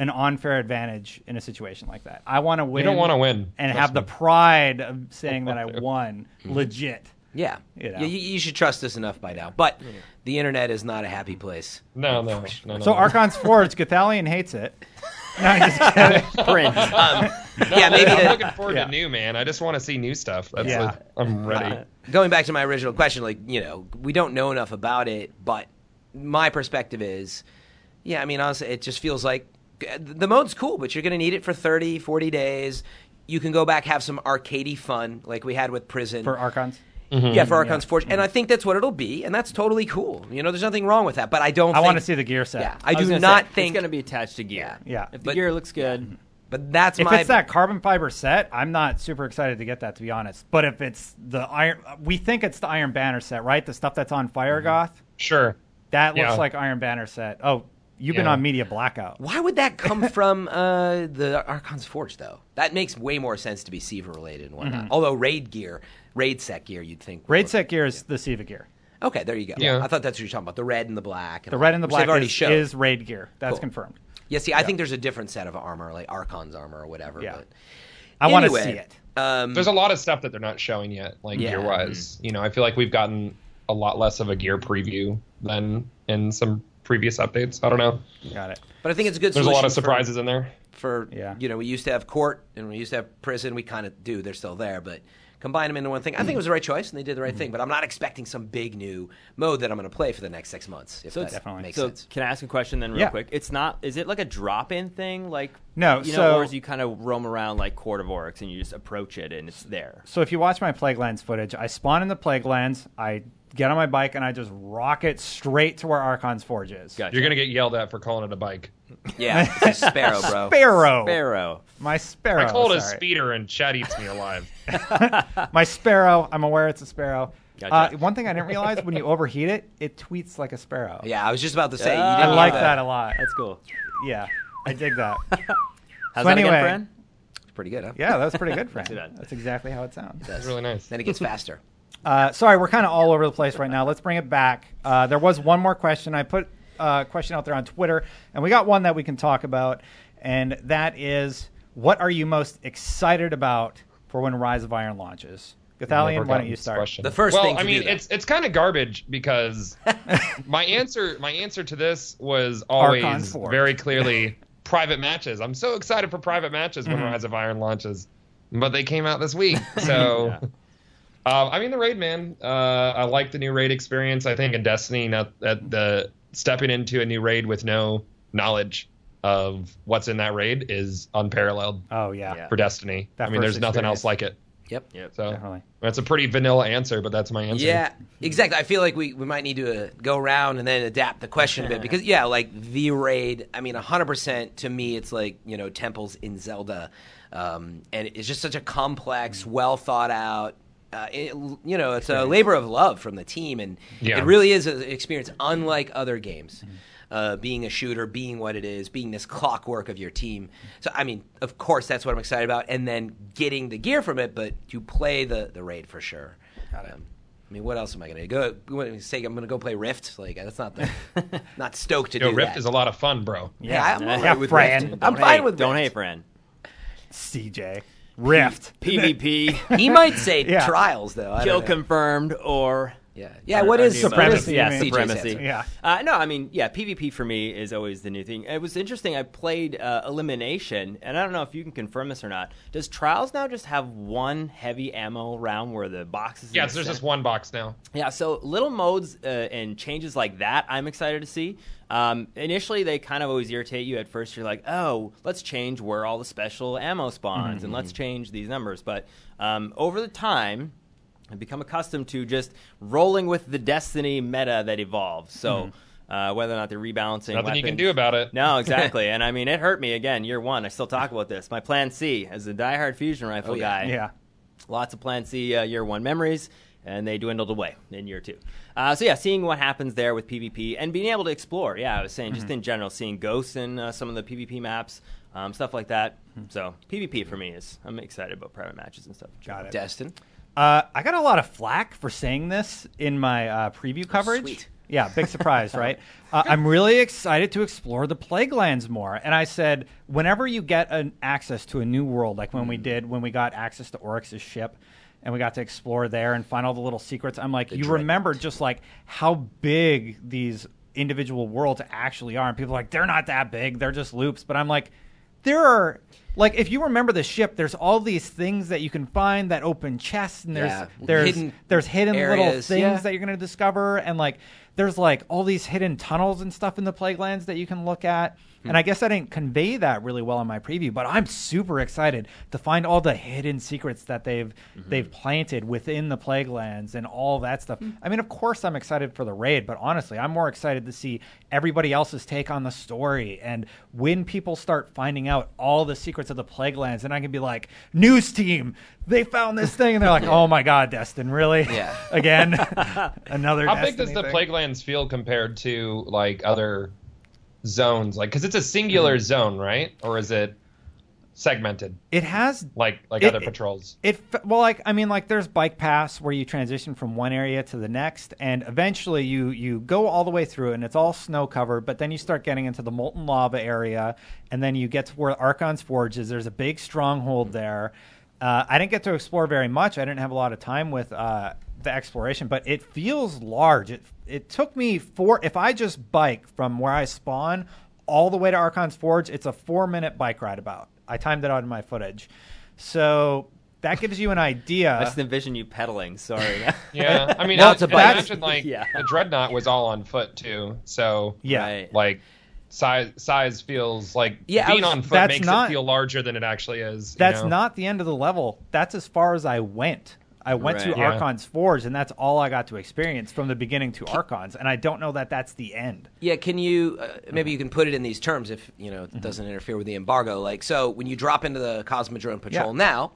S1: an unfair advantage in a situation like that. I want to win.
S4: don't wanna win,
S1: and
S4: trust
S1: have the
S4: me.
S1: pride of saying
S4: <laughs>
S1: that I won
S3: Hmm.
S1: legit.
S3: Yeah.
S1: You know.
S3: Yeah, you, you should trust us enough by now. But the internet is not a
S1: <laughs>
S3: happy place.
S4: No, no, no. no
S1: So
S4: no.
S1: Archon's Forge, Gathalion hates it. No, I'm just kidding.
S2: Cringe.
S3: yeah,
S4: <laughs>
S3: maybe
S4: I'm
S3: the-
S4: looking forward
S1: Yeah.
S4: to new man. I just want to see new stuff. That's
S1: Yeah.
S4: what- I'm ready.
S3: going back to my original question, like, you know, we don't know enough about it, but my perspective is, yeah, I mean, honestly, it just feels like the mode's cool, but you're going to need it for 30, 40 days. You can go back, have some arcadey fun like we had with Prison.
S1: for Archons.
S3: yeah, for Archon's Forge. And I think that's what it'll be, and that's totally cool. You know, there's nothing wrong with that, but I don't
S1: I
S3: think-
S1: want to see the gear set.
S3: Yeah, I,
S2: I was
S3: do
S2: gonna
S3: not
S2: say,
S3: think.
S2: it's going to be attached to gear.
S1: Yeah.
S2: If the
S3: But-
S2: gear looks good,
S3: But that's
S1: if
S3: my.
S1: it's that carbon fiber set, I'm not super excited to get that to be honest. But if it's the iron, we think it's the Iron Banner set, right? The stuff that's on Fire Goth.
S4: Sure.
S1: That looks
S4: Yeah.
S1: like Iron Banner set. Oh, you've been
S4: Yeah.
S1: on media blackout.
S3: Why would
S1: <laughs>
S3: that come from uh, the Archon's Forge, though? That makes way more sense to be Siva related and whatnot. Although raid gear, raid set gear, you'd think
S1: Mm-hmm. Raid set gear is the Siva gear.
S3: Okay, there you go.
S4: Yeah.
S3: I thought that's what you're talking about—the red and the black.
S1: The red and the
S3: which
S1: black
S3: They've already
S1: is,
S3: shown.
S1: is raid gear. That's
S3: Cool.
S1: confirmed.
S3: yeah, see, I think there's a different set of armor, like Archon's armor or whatever.
S1: Yeah.
S3: But
S1: I want to
S3: Anyway,
S1: see it.
S3: Um,
S4: There's a lot of stuff that they're not showing yet, like
S3: Yeah. Mm-hmm.
S4: gear wise. You know, I feel like we've gotten a lot less of a gear preview than in some previous updates. I don't know.
S1: Got it.
S3: but I think it's a good.
S4: There's a lot
S3: solution
S4: of surprises in there.
S3: For, for
S1: Yeah.
S3: you know, we used to have court and we used to have prison. We kind of do. They're still there, but combine them into one thing. I think it was the right choice, and they did the right
S1: Mm-hmm.
S3: thing. But I'm not expecting some big new mode that I'm going to play for the next six months. If
S2: So
S3: that
S2: it's-
S1: Definitely.
S3: makes
S2: so
S3: sense.
S2: can I ask a question then, real
S1: Yeah.
S2: quick? It's not. Is it like a drop-in thing, like
S1: No,
S2: you know,
S1: so-
S2: or is you kind of roam around like Court of Oryx and you just approach it and it's there?
S1: So if you watch my plague lens footage, I spawn in the plague lens. I get on my bike and I just rocket straight to where Archon's Forge is.
S2: Gotcha.
S4: You're gonna get yelled at for calling it a bike.
S3: Yeah, it's a sparrow, bro.
S1: <laughs> Sparrow.
S2: Sparrow.
S1: My sparrow.
S4: I called it a
S1: Oh, sorry.
S4: speeder, and Chad eats me alive.
S1: My sparrow. I'm aware it's a sparrow.
S2: Gotcha.
S1: Uh, one thing I didn't realize when you overheat it, it tweets like a sparrow.
S3: Yeah, I was just about to say. you
S2: I
S1: I
S3: didn't
S1: like
S3: have
S1: that a lot.
S2: That's cool.
S1: Yeah, I dig that.
S2: <laughs> How's
S1: So
S2: that again,
S1: anyway-
S2: friend?
S3: It's pretty good, huh?
S1: Yeah, that was pretty
S2: <laughs>
S1: good, Fran.
S2: Too bad.
S1: That's exactly how it sounds.
S4: It's really nice.
S3: Then
S1: <laughs>
S3: it gets faster.
S1: Uh, sorry, we're kind of all over the place right now. Let's bring it back. Uh, there was one more question. I put uh, a question out there on Twitter, and we got one that we can talk about, and that is what are you most excited about for when Rise of Iron launches? Gathalion,
S4: Never
S1: why
S4: gotten
S1: don't you
S4: this
S1: start?
S4: question.
S3: The first
S4: well,
S3: thing
S4: I
S3: to
S4: mean,
S3: do, though.
S4: it's it's kind of garbage
S1: <laughs>
S4: because my answer my answer to this was always
S1: Forge. <laughs>
S4: very clearly private matches. I'm so excited for private matches
S1: Mm-hmm.
S4: when Rise of Iron launches, but they came out
S1: <laughs>
S4: this week, so. Uh, I mean the raid, man. Uh, I like the new raid experience. I think in Destiny, not at the stepping into a new raid with no knowledge of what's in that raid is unparalleled
S1: Oh, yeah.
S2: Yeah.
S4: for Destiny.
S1: That
S4: I mean, there's
S1: first
S4: nothing else
S1: experience.
S4: like it.
S3: Yep.
S2: Yep.
S4: So
S1: Definitely.
S4: that's a pretty vanilla answer, but that's my answer.
S3: Yeah, exactly. I feel like we, we might need to uh, go around and then adapt the question a bit because yeah, like the raid. I mean, hundred percent to me, it's like you know temples in Zelda, um, and it's just such a complex, well thought out. Uh, it, you know, it's a labor of love from the team, and
S4: Yeah.
S3: it really is an experience unlike other games. Uh, being a shooter, being what it is, being this clockwork of your team. So, I mean, of course, that's what I'm excited about. And then getting the gear from it, but you play the, the raid for sure. Got it. I mean, what else am I going to go? you want me to Say I'm going to go play Rift. Like that's not the, not stoked to
S4: Yo,
S3: do
S4: Rift
S3: that.
S4: is a lot of fun, bro.
S3: Yeah, I'm all right
S1: Yeah,
S3: with
S1: Fran.
S3: Rift.
S1: Don't
S3: I'm
S2: Uh, Don't
S3: fine
S2: hate,
S3: with
S2: Don't hate,
S3: Rift.
S2: friend.
S1: CJ. Rift.
S3: <laughs>
S2: PvP.
S3: <laughs> He might say
S1: Yeah.
S3: trials though. I
S2: Kill
S3: don't know.
S2: confirmed or
S3: Yeah, yeah. What is
S1: new mode.
S3: supremacy?
S1: Yeah,
S3: CJ's
S2: supremacy.
S3: answer.
S1: Yeah.
S2: Uh, no, I mean, yeah, PvP for me is always the new thing. It was interesting. I played uh, Elimination, and I don't know if you can confirm this or not. Does Trials now just have one heavy ammo round where the boxes?
S4: Yeah, so there's just one box now.
S2: Yeah, so little modes uh, and changes like that, I'm excited to see. Um, initially, they kind of always irritate you. At first, you're like, "Oh, let's change where all the special ammo spawns, and
S4: Mm-hmm.
S2: let's change these numbers." But um, over the time, I've become accustomed to just rolling with the Destiny meta that evolves. So, uh, whether or not they're rebalancing,
S4: Mm-hmm. Nothing you can
S2: weapons-
S4: do about it.
S2: no,
S4: <laughs>
S2: exactly. and I
S4: Oh,
S2: mean, it hurt me again. Year one, I still talk about this. My plan C as a diehard fusion rifle
S3: yeah.
S2: guy.
S1: Yeah.
S2: Lots of Plan C uh, year one memories, and they dwindled away in year two. Uh, so yeah, seeing what happens there with PvP and being able to explore. Yeah, I was saying
S1: Mm-hmm.
S2: just in general, seeing ghosts in uh, some of the PvP maps, um, stuff like that.
S1: Mm-hmm.
S2: So PvP for me is I'm excited about private matches and stuff.
S1: Got it.
S3: Destin.
S1: Uh, I got a lot of flack for saying this in my uh, preview coverage.
S3: sweet.
S1: Yeah, big
S3: <laughs>
S1: surprise, right? Uh, I'm really excited to explore the plague lands more. And I said, whenever you get an access to a new world, like when we
S3: Mm.
S1: did, when we got access to Oryx's ship and we got to explore there and find all the little secrets, I'm like, you
S3: Dreadnought.
S1: remember just like how big these individual worlds actually are. And people are like, they're not that big, they're just loops. But I'm like, there are. Like if you remember the ship, there's all these things that you can find that open chests, and there's
S3: Yeah.
S1: there's
S3: Hidden
S1: there's hidden little
S3: areas,
S1: things
S3: yeah.
S1: that you're going to discover and like there's like all these hidden tunnels and stuff in the plague lands that you can look at and i guess i didn't convey that really well in my preview but i'm super excited to find all the hidden secrets that they've they've planted within the plague lands and all that stuff i mean of course i'm excited for the raid but honestly i'm more excited to see everybody else's take on the story and when people start finding out all the secrets of the plague lands and i can be like news team they found this thing and they're like oh my god destin really
S3: Yeah.
S1: <laughs> again. Another.
S4: How big does
S1: Destiny
S4: the
S1: thing.
S4: Plaguelands feel compared to like other zones? Like, because it's a
S3: Mm.
S4: singular zone, right? Or is it segmented
S1: It has.
S4: like like
S1: It-
S4: other
S1: it-
S3: <laughs>
S4: patrols?
S1: It f- well, like I mean, like there's bike paths where you transition from one area to the next, and eventually you you go all the way through, it and it's all snow covered. But then you start getting into the molten lava area, and then you get to where Archon's Forge is. There's a big stronghold there. Uh, I didn't get to explore very much. I didn't have a lot of time with uh, the exploration, but it feels large. It it took me four. If I just bike from where I spawn all the way to Archon's Forge, it's a four minute bike ride. About I timed it out in my footage, so that gives you an
S2: I
S1: idea.
S2: just envision you pedaling. Sorry. <laughs>
S4: Yeah, I mean,
S3: No,
S4: I,
S3: it's a
S4: I
S3: bike.
S4: imagine like
S2: Yeah.
S4: the dreadnought was all on foot too, so
S1: <laughs> yeah,
S2: Right.
S4: like size size feels like
S3: Yeah, I
S4: being
S3: was-
S4: on foot
S1: that's
S4: makes
S1: not-
S4: it feel larger than it actually is. you
S1: that's
S4: know?
S1: not the end of the level. That's as far as I went. I went
S2: Right.
S1: to
S4: Yeah.
S1: Archon's Forge, and that's all I got to experience from the beginning to Archon's. And I don't know that that's the end.
S3: Yeah, can you uh, maybe you can put it in these terms if you know
S1: Mm-hmm.
S3: it doesn't interfere with the embargo. Like so, when you drop into the Cosmodrome
S1: Yeah.
S3: Patrol now,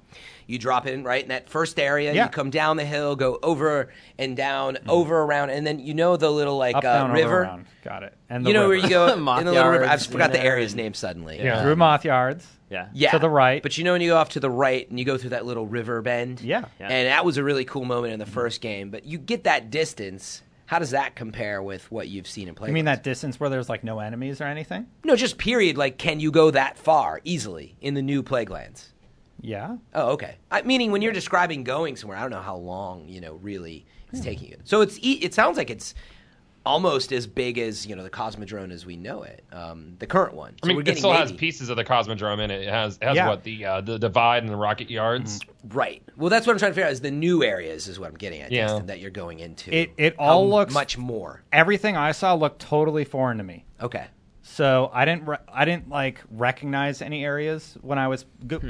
S3: you drop in right in that first area.
S1: Yeah. Mm-hmm.
S3: You come down the hill, go over and down, over around, and then you know the little like
S1: Up,
S3: uh,
S1: down, over,
S3: river.
S1: around. Got it. And the
S3: you know where
S1: river. <laughs>
S3: you go
S2: Moth
S3: in the little river. I
S2: yards,
S3: just forgot the
S2: you know,
S3: area's
S2: and-
S3: name suddenly.
S4: Yeah.
S1: through Moth Yards.
S2: yeah.
S3: Yeah.
S1: To the right.
S3: But you know when you go off to the right and you go through that little river bend?
S1: Yeah. Mm-hmm.
S2: Yeah.
S3: And that was a really cool moment in the first game. But you get that distance. How does that compare with what you've seen in play?
S1: You mean that distance where there's like no enemies or anything?
S3: No, just period. Like, can you go that far easily in the new Plaguelands?
S1: Yeah.
S3: Oh, okay. I, meaning when you're describing going somewhere, I don't know how long you know really
S4: Hmm.
S3: it's taking you. So it's e- it sounds like it's almost as big as you know the Cosmodrome as we know it, um, the current one. So
S4: I mean,
S3: we're
S4: it
S3: getting
S4: still has
S3: maybe-
S4: pieces of the Cosmodrome in it. It has it has
S1: Yeah. Mm-hmm.
S4: what the uh, the divide and the rocket yards.
S3: right. Well, that's what I'm trying to figure out. Is the new areas is what I'm getting at,
S4: Yeah.
S3: Justin, that you're going into.
S1: It- it
S3: How
S1: all looks-
S3: much more.
S1: Everything I saw looked totally foreign to me.
S3: Okay.
S1: So I didn't re- I didn't like recognize any areas when I was go-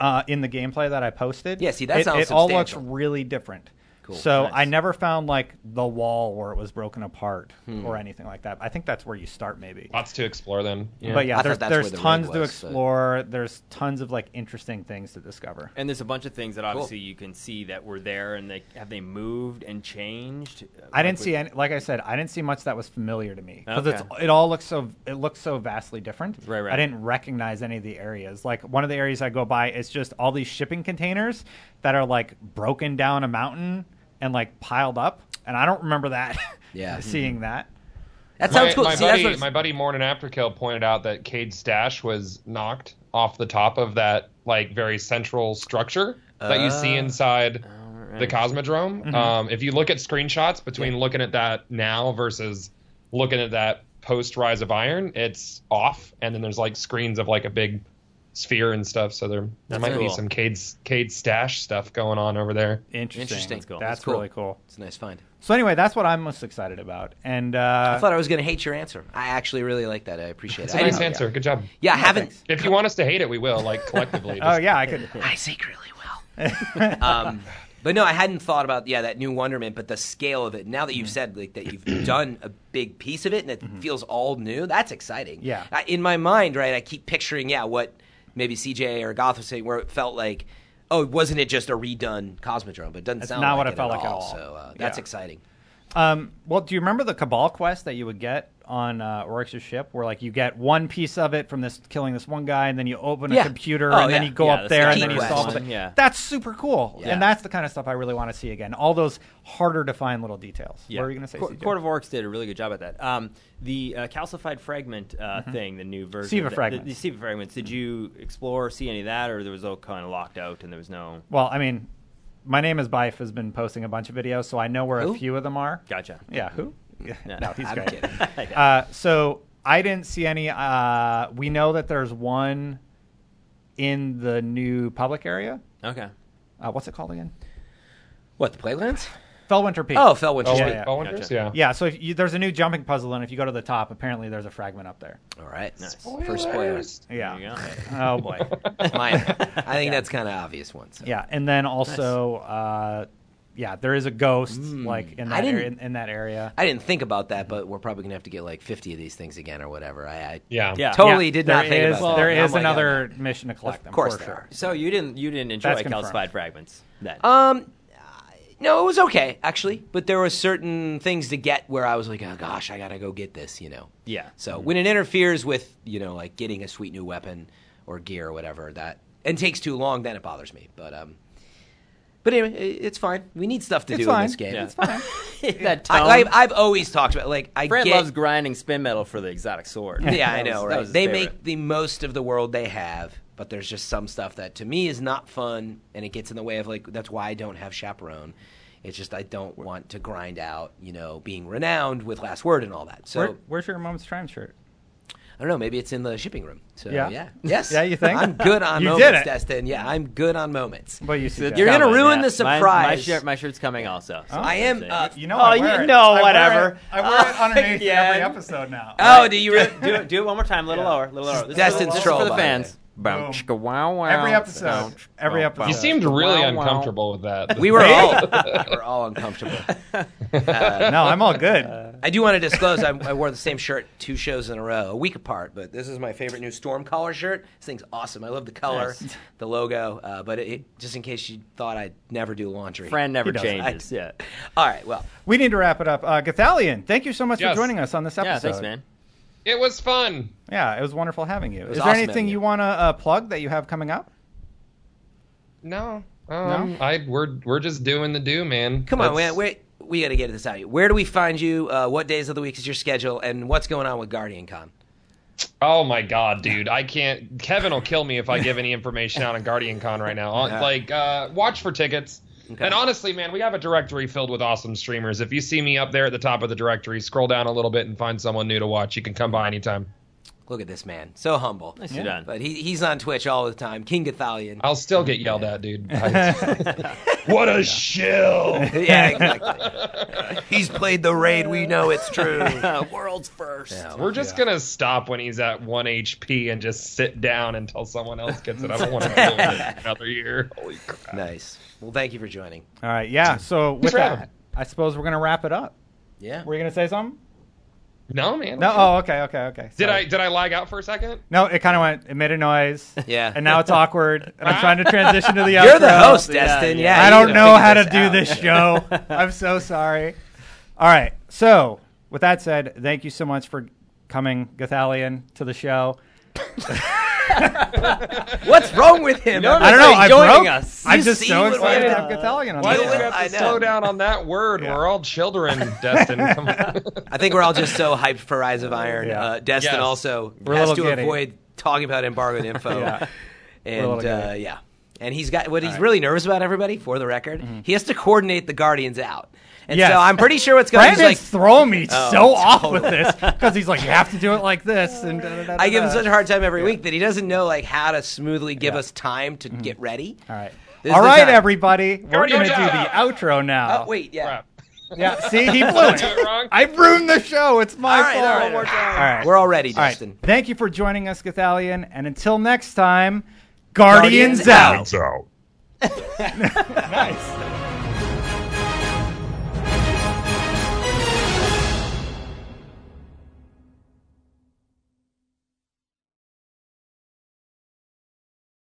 S1: uh, in the gameplay that I posted.
S3: Hmm. Yeah, see, that
S1: it,
S3: sounds
S1: it all looks
S3: substantial.
S1: really different.
S3: Cool.
S1: So
S3: Nice.
S1: I never found like the wall where it was broken apart
S3: Hmm.
S1: or anything like that. I think that's where you start maybe.
S4: Lots to explore then. Yeah.
S1: But
S3: I
S1: yeah,
S3: thought
S1: there's
S3: that's
S1: there's
S3: where the raid
S1: tons to
S3: was, but-
S1: explore. There's tons of like interesting things to discover.
S2: And there's a bunch of things that obviously you can see that were there, and they have they moved and changed.
S1: I didn't see any. Like I said, I didn't see much that was familiar to me because it's
S2: Okay.
S1: it all looks so it looks so vastly different.
S2: Right, right.
S1: I didn't recognize any of the areas. Like one of the areas I go by is just all these shipping containers that are like broken down a mountain and like piled up, and I don't remember that. <laughs>
S3: Yeah. Mm-hmm.
S1: seeing that.
S3: That
S4: My,
S3: sounds cool.
S4: my
S3: See, that's what
S4: buddy,
S3: it's-
S4: my buddy Morton Afterkill pointed out that Cade's stash was knocked off the top of that like very central structure that you see inside the Cosmodrome.
S3: Mm-hmm.
S4: Um, if you look at screenshots between looking at that now versus looking at that post Rise of Iron, it's off, and then there's like screens of like a big sphere and stuff. So there, there might be
S2: cool.
S4: some Cade's Cade's stash stuff going on over there.
S1: Interesting.
S3: Interesting. That's
S1: That's,
S3: cool. That's
S1: really cool.
S3: it's a nice find.
S1: So anyway, that's what I'm most excited about. And
S3: I
S1: uh,
S3: thought I was going to hate your answer. I actually really like that. I appreciate
S4: It's
S3: it.
S4: a
S3: I
S4: nice
S3: didn't-
S4: answer. Good job.
S3: Yeah, I haven't.
S1: thanks.
S4: If you want us to hate it, we will. Like
S3: <laughs>
S4: collectively.
S1: oh
S4: Just-
S1: yeah, I could.
S3: I secretly will. <laughs> um, but no, I hadn't thought about yeah that new Wonderment, but the scale of it. Now
S1: Mm-hmm.
S3: that you've said like that, you've <clears throat> done a big piece of it, and it feels all new. That's exciting.
S1: Yeah.
S3: I, in my mind, right, I keep picturing yeah what maybe CJ or Goth was saying, where it felt like. oh, wasn't it just a redone Cosmodrome? But it doesn't
S1: That's
S3: sound
S1: not
S3: like
S1: what it
S3: it
S1: felt
S3: at
S1: like at
S3: all,
S1: all.
S3: So uh, that's
S1: Yeah.
S3: exciting.
S1: Um, well, do you remember the Cabal quest that you would get on uh, Oryx's ship, where like you get one piece of it from this killing this one guy, and then you open a
S3: Yeah.
S1: computer,
S3: Oh,
S1: and then
S3: yeah.
S1: you go
S2: Yeah,
S1: up
S2: the
S1: there, and
S3: Steam
S1: then you
S3: quest.
S1: solve it.
S2: Yeah.
S1: That's super cool,
S2: Yeah.
S1: and that's the kind of stuff I really want to see again. All those harder to find little details. What are you going to say?
S2: Co-
S1: CJ?
S2: Court of Orcs did a really good job at that. Um, the uh, calcified fragment uh, thing, the new version,
S1: Siva
S2: of
S1: Mm-hmm.
S2: that-
S1: fragments.
S2: the, the Siva fragments. Did you explore or see any of that, or there was all kind of locked out and there was no?
S1: Well, I mean, my name is Bife has been posting a bunch of videos, so I know where
S3: Who?
S1: a few of them are.
S2: Gotcha.
S1: Yeah, who? Yeah.
S2: No,
S1: <laughs> no, he's
S3: I'm
S1: great.
S3: kidding. <laughs>
S1: Uh, so I didn't see any. Uh, we know that there's one in the new public area.
S2: Okay.
S1: Uh, what's it called again?
S3: What the Playlands?
S1: Fellwinter Peak.
S3: Oh, Fellwinter.
S4: Oh,
S1: yeah,
S4: wait,
S1: yeah.
S4: Bowen Pierce?
S2: Gotcha.
S4: yeah.
S1: yeah. So if you, there's a new jumping puzzle, and if you go to the top, apparently there's a fragment up there.
S3: All right.
S2: Nice.
S3: First spoiler.
S1: Yeah.
S2: There you
S1: Oh
S3: <laughs>
S1: boy. <laughs>
S3: Mine. I think that's kind of obvious one. so.
S1: yeah, and then also, uh, yeah, there is a ghost like in
S3: Hmm. I
S1: that area, in,
S3: didn't-
S1: in that area.
S3: I didn't think about that, but we're probably gonna have to get like 50 of these things again or whatever. I, I
S4: Yeah.
S2: Yeah.
S3: totally
S1: Yeah,
S3: did
S1: there
S3: not think
S1: is-
S3: about that.
S1: There
S3: Now
S1: is
S3: I'm like,
S1: another mission to collect
S3: Of
S1: them.
S3: course
S1: for
S3: there
S1: sure.
S3: are.
S2: So you didn't you didn't enjoy
S1: That's confirmed.
S2: calcified fragments then?
S3: oh. Um, no, it was okay actually, but there were certain things to get where I was like, oh gosh, I gotta go get this, you know.
S2: yeah.
S3: So when it interferes with you know like getting a sweet new weapon or gear or whatever that and takes too long, then it bothers me. But um, but anyway, i- it's fine. We need stuff to
S1: It's
S3: do
S1: fine. Um,
S3: in this game.
S2: Yeah.
S3: It's fine.
S1: fine.
S2: <laughs> that tone.
S3: I, I, I've always talked about like I
S2: Fred
S3: get,
S2: loves grinding spin metal for the exotic sword.
S3: <laughs> yeah, I
S2: That
S3: know,
S2: was- that
S3: right?
S2: was his
S3: They
S2: favorite.
S3: make the most of the world they have, but there's just some stuff that to me is not fun, and it gets in the way of like that's why I don't have chaperone. It's just I don't want to grind out, you know, being renowned with last word and all that. So
S1: Where, where's your mom's triume shirt?
S3: I don't know. Maybe it's in the shipping room. So
S1: Yeah.
S3: yeah, yes,
S1: Yeah, you think?
S3: I'm good on
S1: You did
S3: moments,
S1: it.
S3: Destin. Yeah, I'm good on moments.
S1: Well, you said
S3: You're gonna
S2: Coming,
S3: ruin
S2: yeah.
S3: the
S2: My- My,
S3: surprise.
S2: shirt, my shirt's coming also. so
S3: I am. Uh,
S1: You know,
S2: Oh,
S1: I
S2: you-
S1: wear it.
S2: no,
S1: I wear
S2: whatever.
S1: it- I wear it underneath
S2: Yeah.
S1: every episode now.
S3: oh, do you? Re-
S2: do it. Do it one more time. A little lower. A little lower. This is for
S3: Destin's
S2: the- this is
S3: troll,
S2: for the
S3: by the
S2: fans.
S1: Boom.
S2: Wow, wow.
S1: Every episode. Every episode.
S4: You seemed really
S2: Wow, wow.
S4: uncomfortable with that.
S3: we were all <laughs> we were all uncomfortable. Uh,
S1: No, I'm all good.
S3: I do want to disclose I, I wore the same shirt two shows in a row, a week apart. But this is my favorite new storm collar shirt. This thing's awesome. I love the color,
S2: Nice.
S3: the logo. Uh, but it, it, just in case you thought I'd never do laundry,
S2: Friend never
S1: does. I-
S2: changes. Yeah.
S3: All right, well,
S1: we need to wrap it up. Uh, Gathalion, thank you so much for
S4: Yes.
S1: joining us on this episode.
S2: Yeah. Thanks, man.
S4: it was fun.
S1: Yeah, it was wonderful having you. Is
S3: was
S1: there
S3: awesome
S1: anything
S3: having
S1: you
S3: you.
S1: want to uh, plug that you have coming up?
S4: No. Um, I we're we're just doing the do, man.
S3: come on,
S4: That's-
S3: man, we we got to get this out. of you. Where do we find you? Uh, what days of the week is your schedule? And what's going on with Guardian Con?
S4: Oh my god, dude! I can't. Kevin will kill me if I give any information out on Guardian Con right now. On- Like, uh, watch for tickets. And honestly, man, we have a directory filled with awesome streamers. If you see me up there at the top of the directory, scroll down a little bit and find someone new to watch. You can come by anytime.
S3: Look at this man, so humble.
S2: Nicely done.
S3: But he, he's on Twitch all the time, King Gathalion.
S4: I'll still get yelled at, dude. what a shill!
S3: <laughs> yeah, exactly. he's played the raid. We know it's true.
S2: <laughs> world's first.
S4: We're just gonna stop when he's at one HP and just sit down until someone else gets it. I don't
S3: <laughs>
S4: want to deal with it another year. Holy crap!
S3: nice. Well, thank you for joining.
S1: All right, yeah. So with
S4: for
S1: that,
S4: having
S1: I suppose we're going to wrap it up.
S3: Yeah.
S1: Were you going to say something?
S4: No, man.
S1: No. Oh, okay, okay, okay.
S4: Did
S1: Sorry.
S4: I did I lag out for a second?
S1: No, it kind of went. It made a noise.
S3: Yeah.
S1: And now it's awkward. And
S4: <laughs>
S1: I'm trying to transition to the.
S3: You're the
S1: outro.
S3: host,
S2: Yeah,
S3: Destin.
S2: yeah.
S3: Yeah,
S1: I
S3: you
S1: don't
S3: gotta
S1: know how
S3: figure
S1: to do
S3: out.
S1: <laughs> this show.
S3: <laughs>
S1: I'm so sorry. All right. So, with that said, thank you so much for coming, Gathalion, to the show.
S3: What's wrong with him?
S2: No,
S1: I don't know.
S2: Thanks for
S1: I
S2: joining
S1: broke.
S2: us.
S1: I'm
S3: You
S1: just
S3: see
S1: so
S3: what we
S1: excited to
S3: did?
S1: have Gathalion on
S4: Why
S1: the
S4: do
S3: Deal
S1: show.
S4: we
S3: with it.
S4: have
S3: I
S4: to
S3: know.
S4: slow down on that word? We're all children,
S3: <laughs>
S4: Destin. Come on.
S3: I think we're all just so hyped for Rise of Iron.
S1: Yeah.
S3: Uh, Destin
S4: Yes.
S3: also
S1: We're a
S3: has to
S1: little giddy.
S3: avoid talking
S1: <laughs>
S3: about embargoed info.
S1: Yeah.
S3: And
S1: We're a little
S3: uh,
S1: giddy.
S3: yeah, and he's got what he's really nervous about. Everybody, for the record, he has to coordinate the Guardians out,
S1: Mm-hmm.
S3: and
S1: Yes.
S3: so I'm pretty sure what's going.
S1: Brand
S3: He's
S1: has
S3: like,
S1: thrown me
S3: Oh,
S1: so off
S3: totally.
S1: with this because he's like, you have to do it like this. And da, da, da,
S3: I give him
S1: da.
S3: such a hard time every week that he doesn't know like how to smoothly give
S1: Yeah. Mm-hmm.
S3: us time to get ready.
S1: All right.
S3: This is
S1: All
S3: the
S1: right,
S3: time.
S1: everybody. We're
S4: Guardian
S1: going to do
S4: Job.
S1: the outro now.
S3: Oh wait, yeah.
S4: Crap.
S1: Yeah, see,
S3: <laughs>
S1: he blew
S4: Do it wrong?
S1: I ruined the show. It's my
S3: All right,
S1: fault.
S3: all right, all
S1: All right.
S3: We're all ready,
S1: All right.
S3: Destin.
S1: Thank you for joining us, Gathalion. And until next time, Guardians,
S3: Guardians out.
S1: out. nice.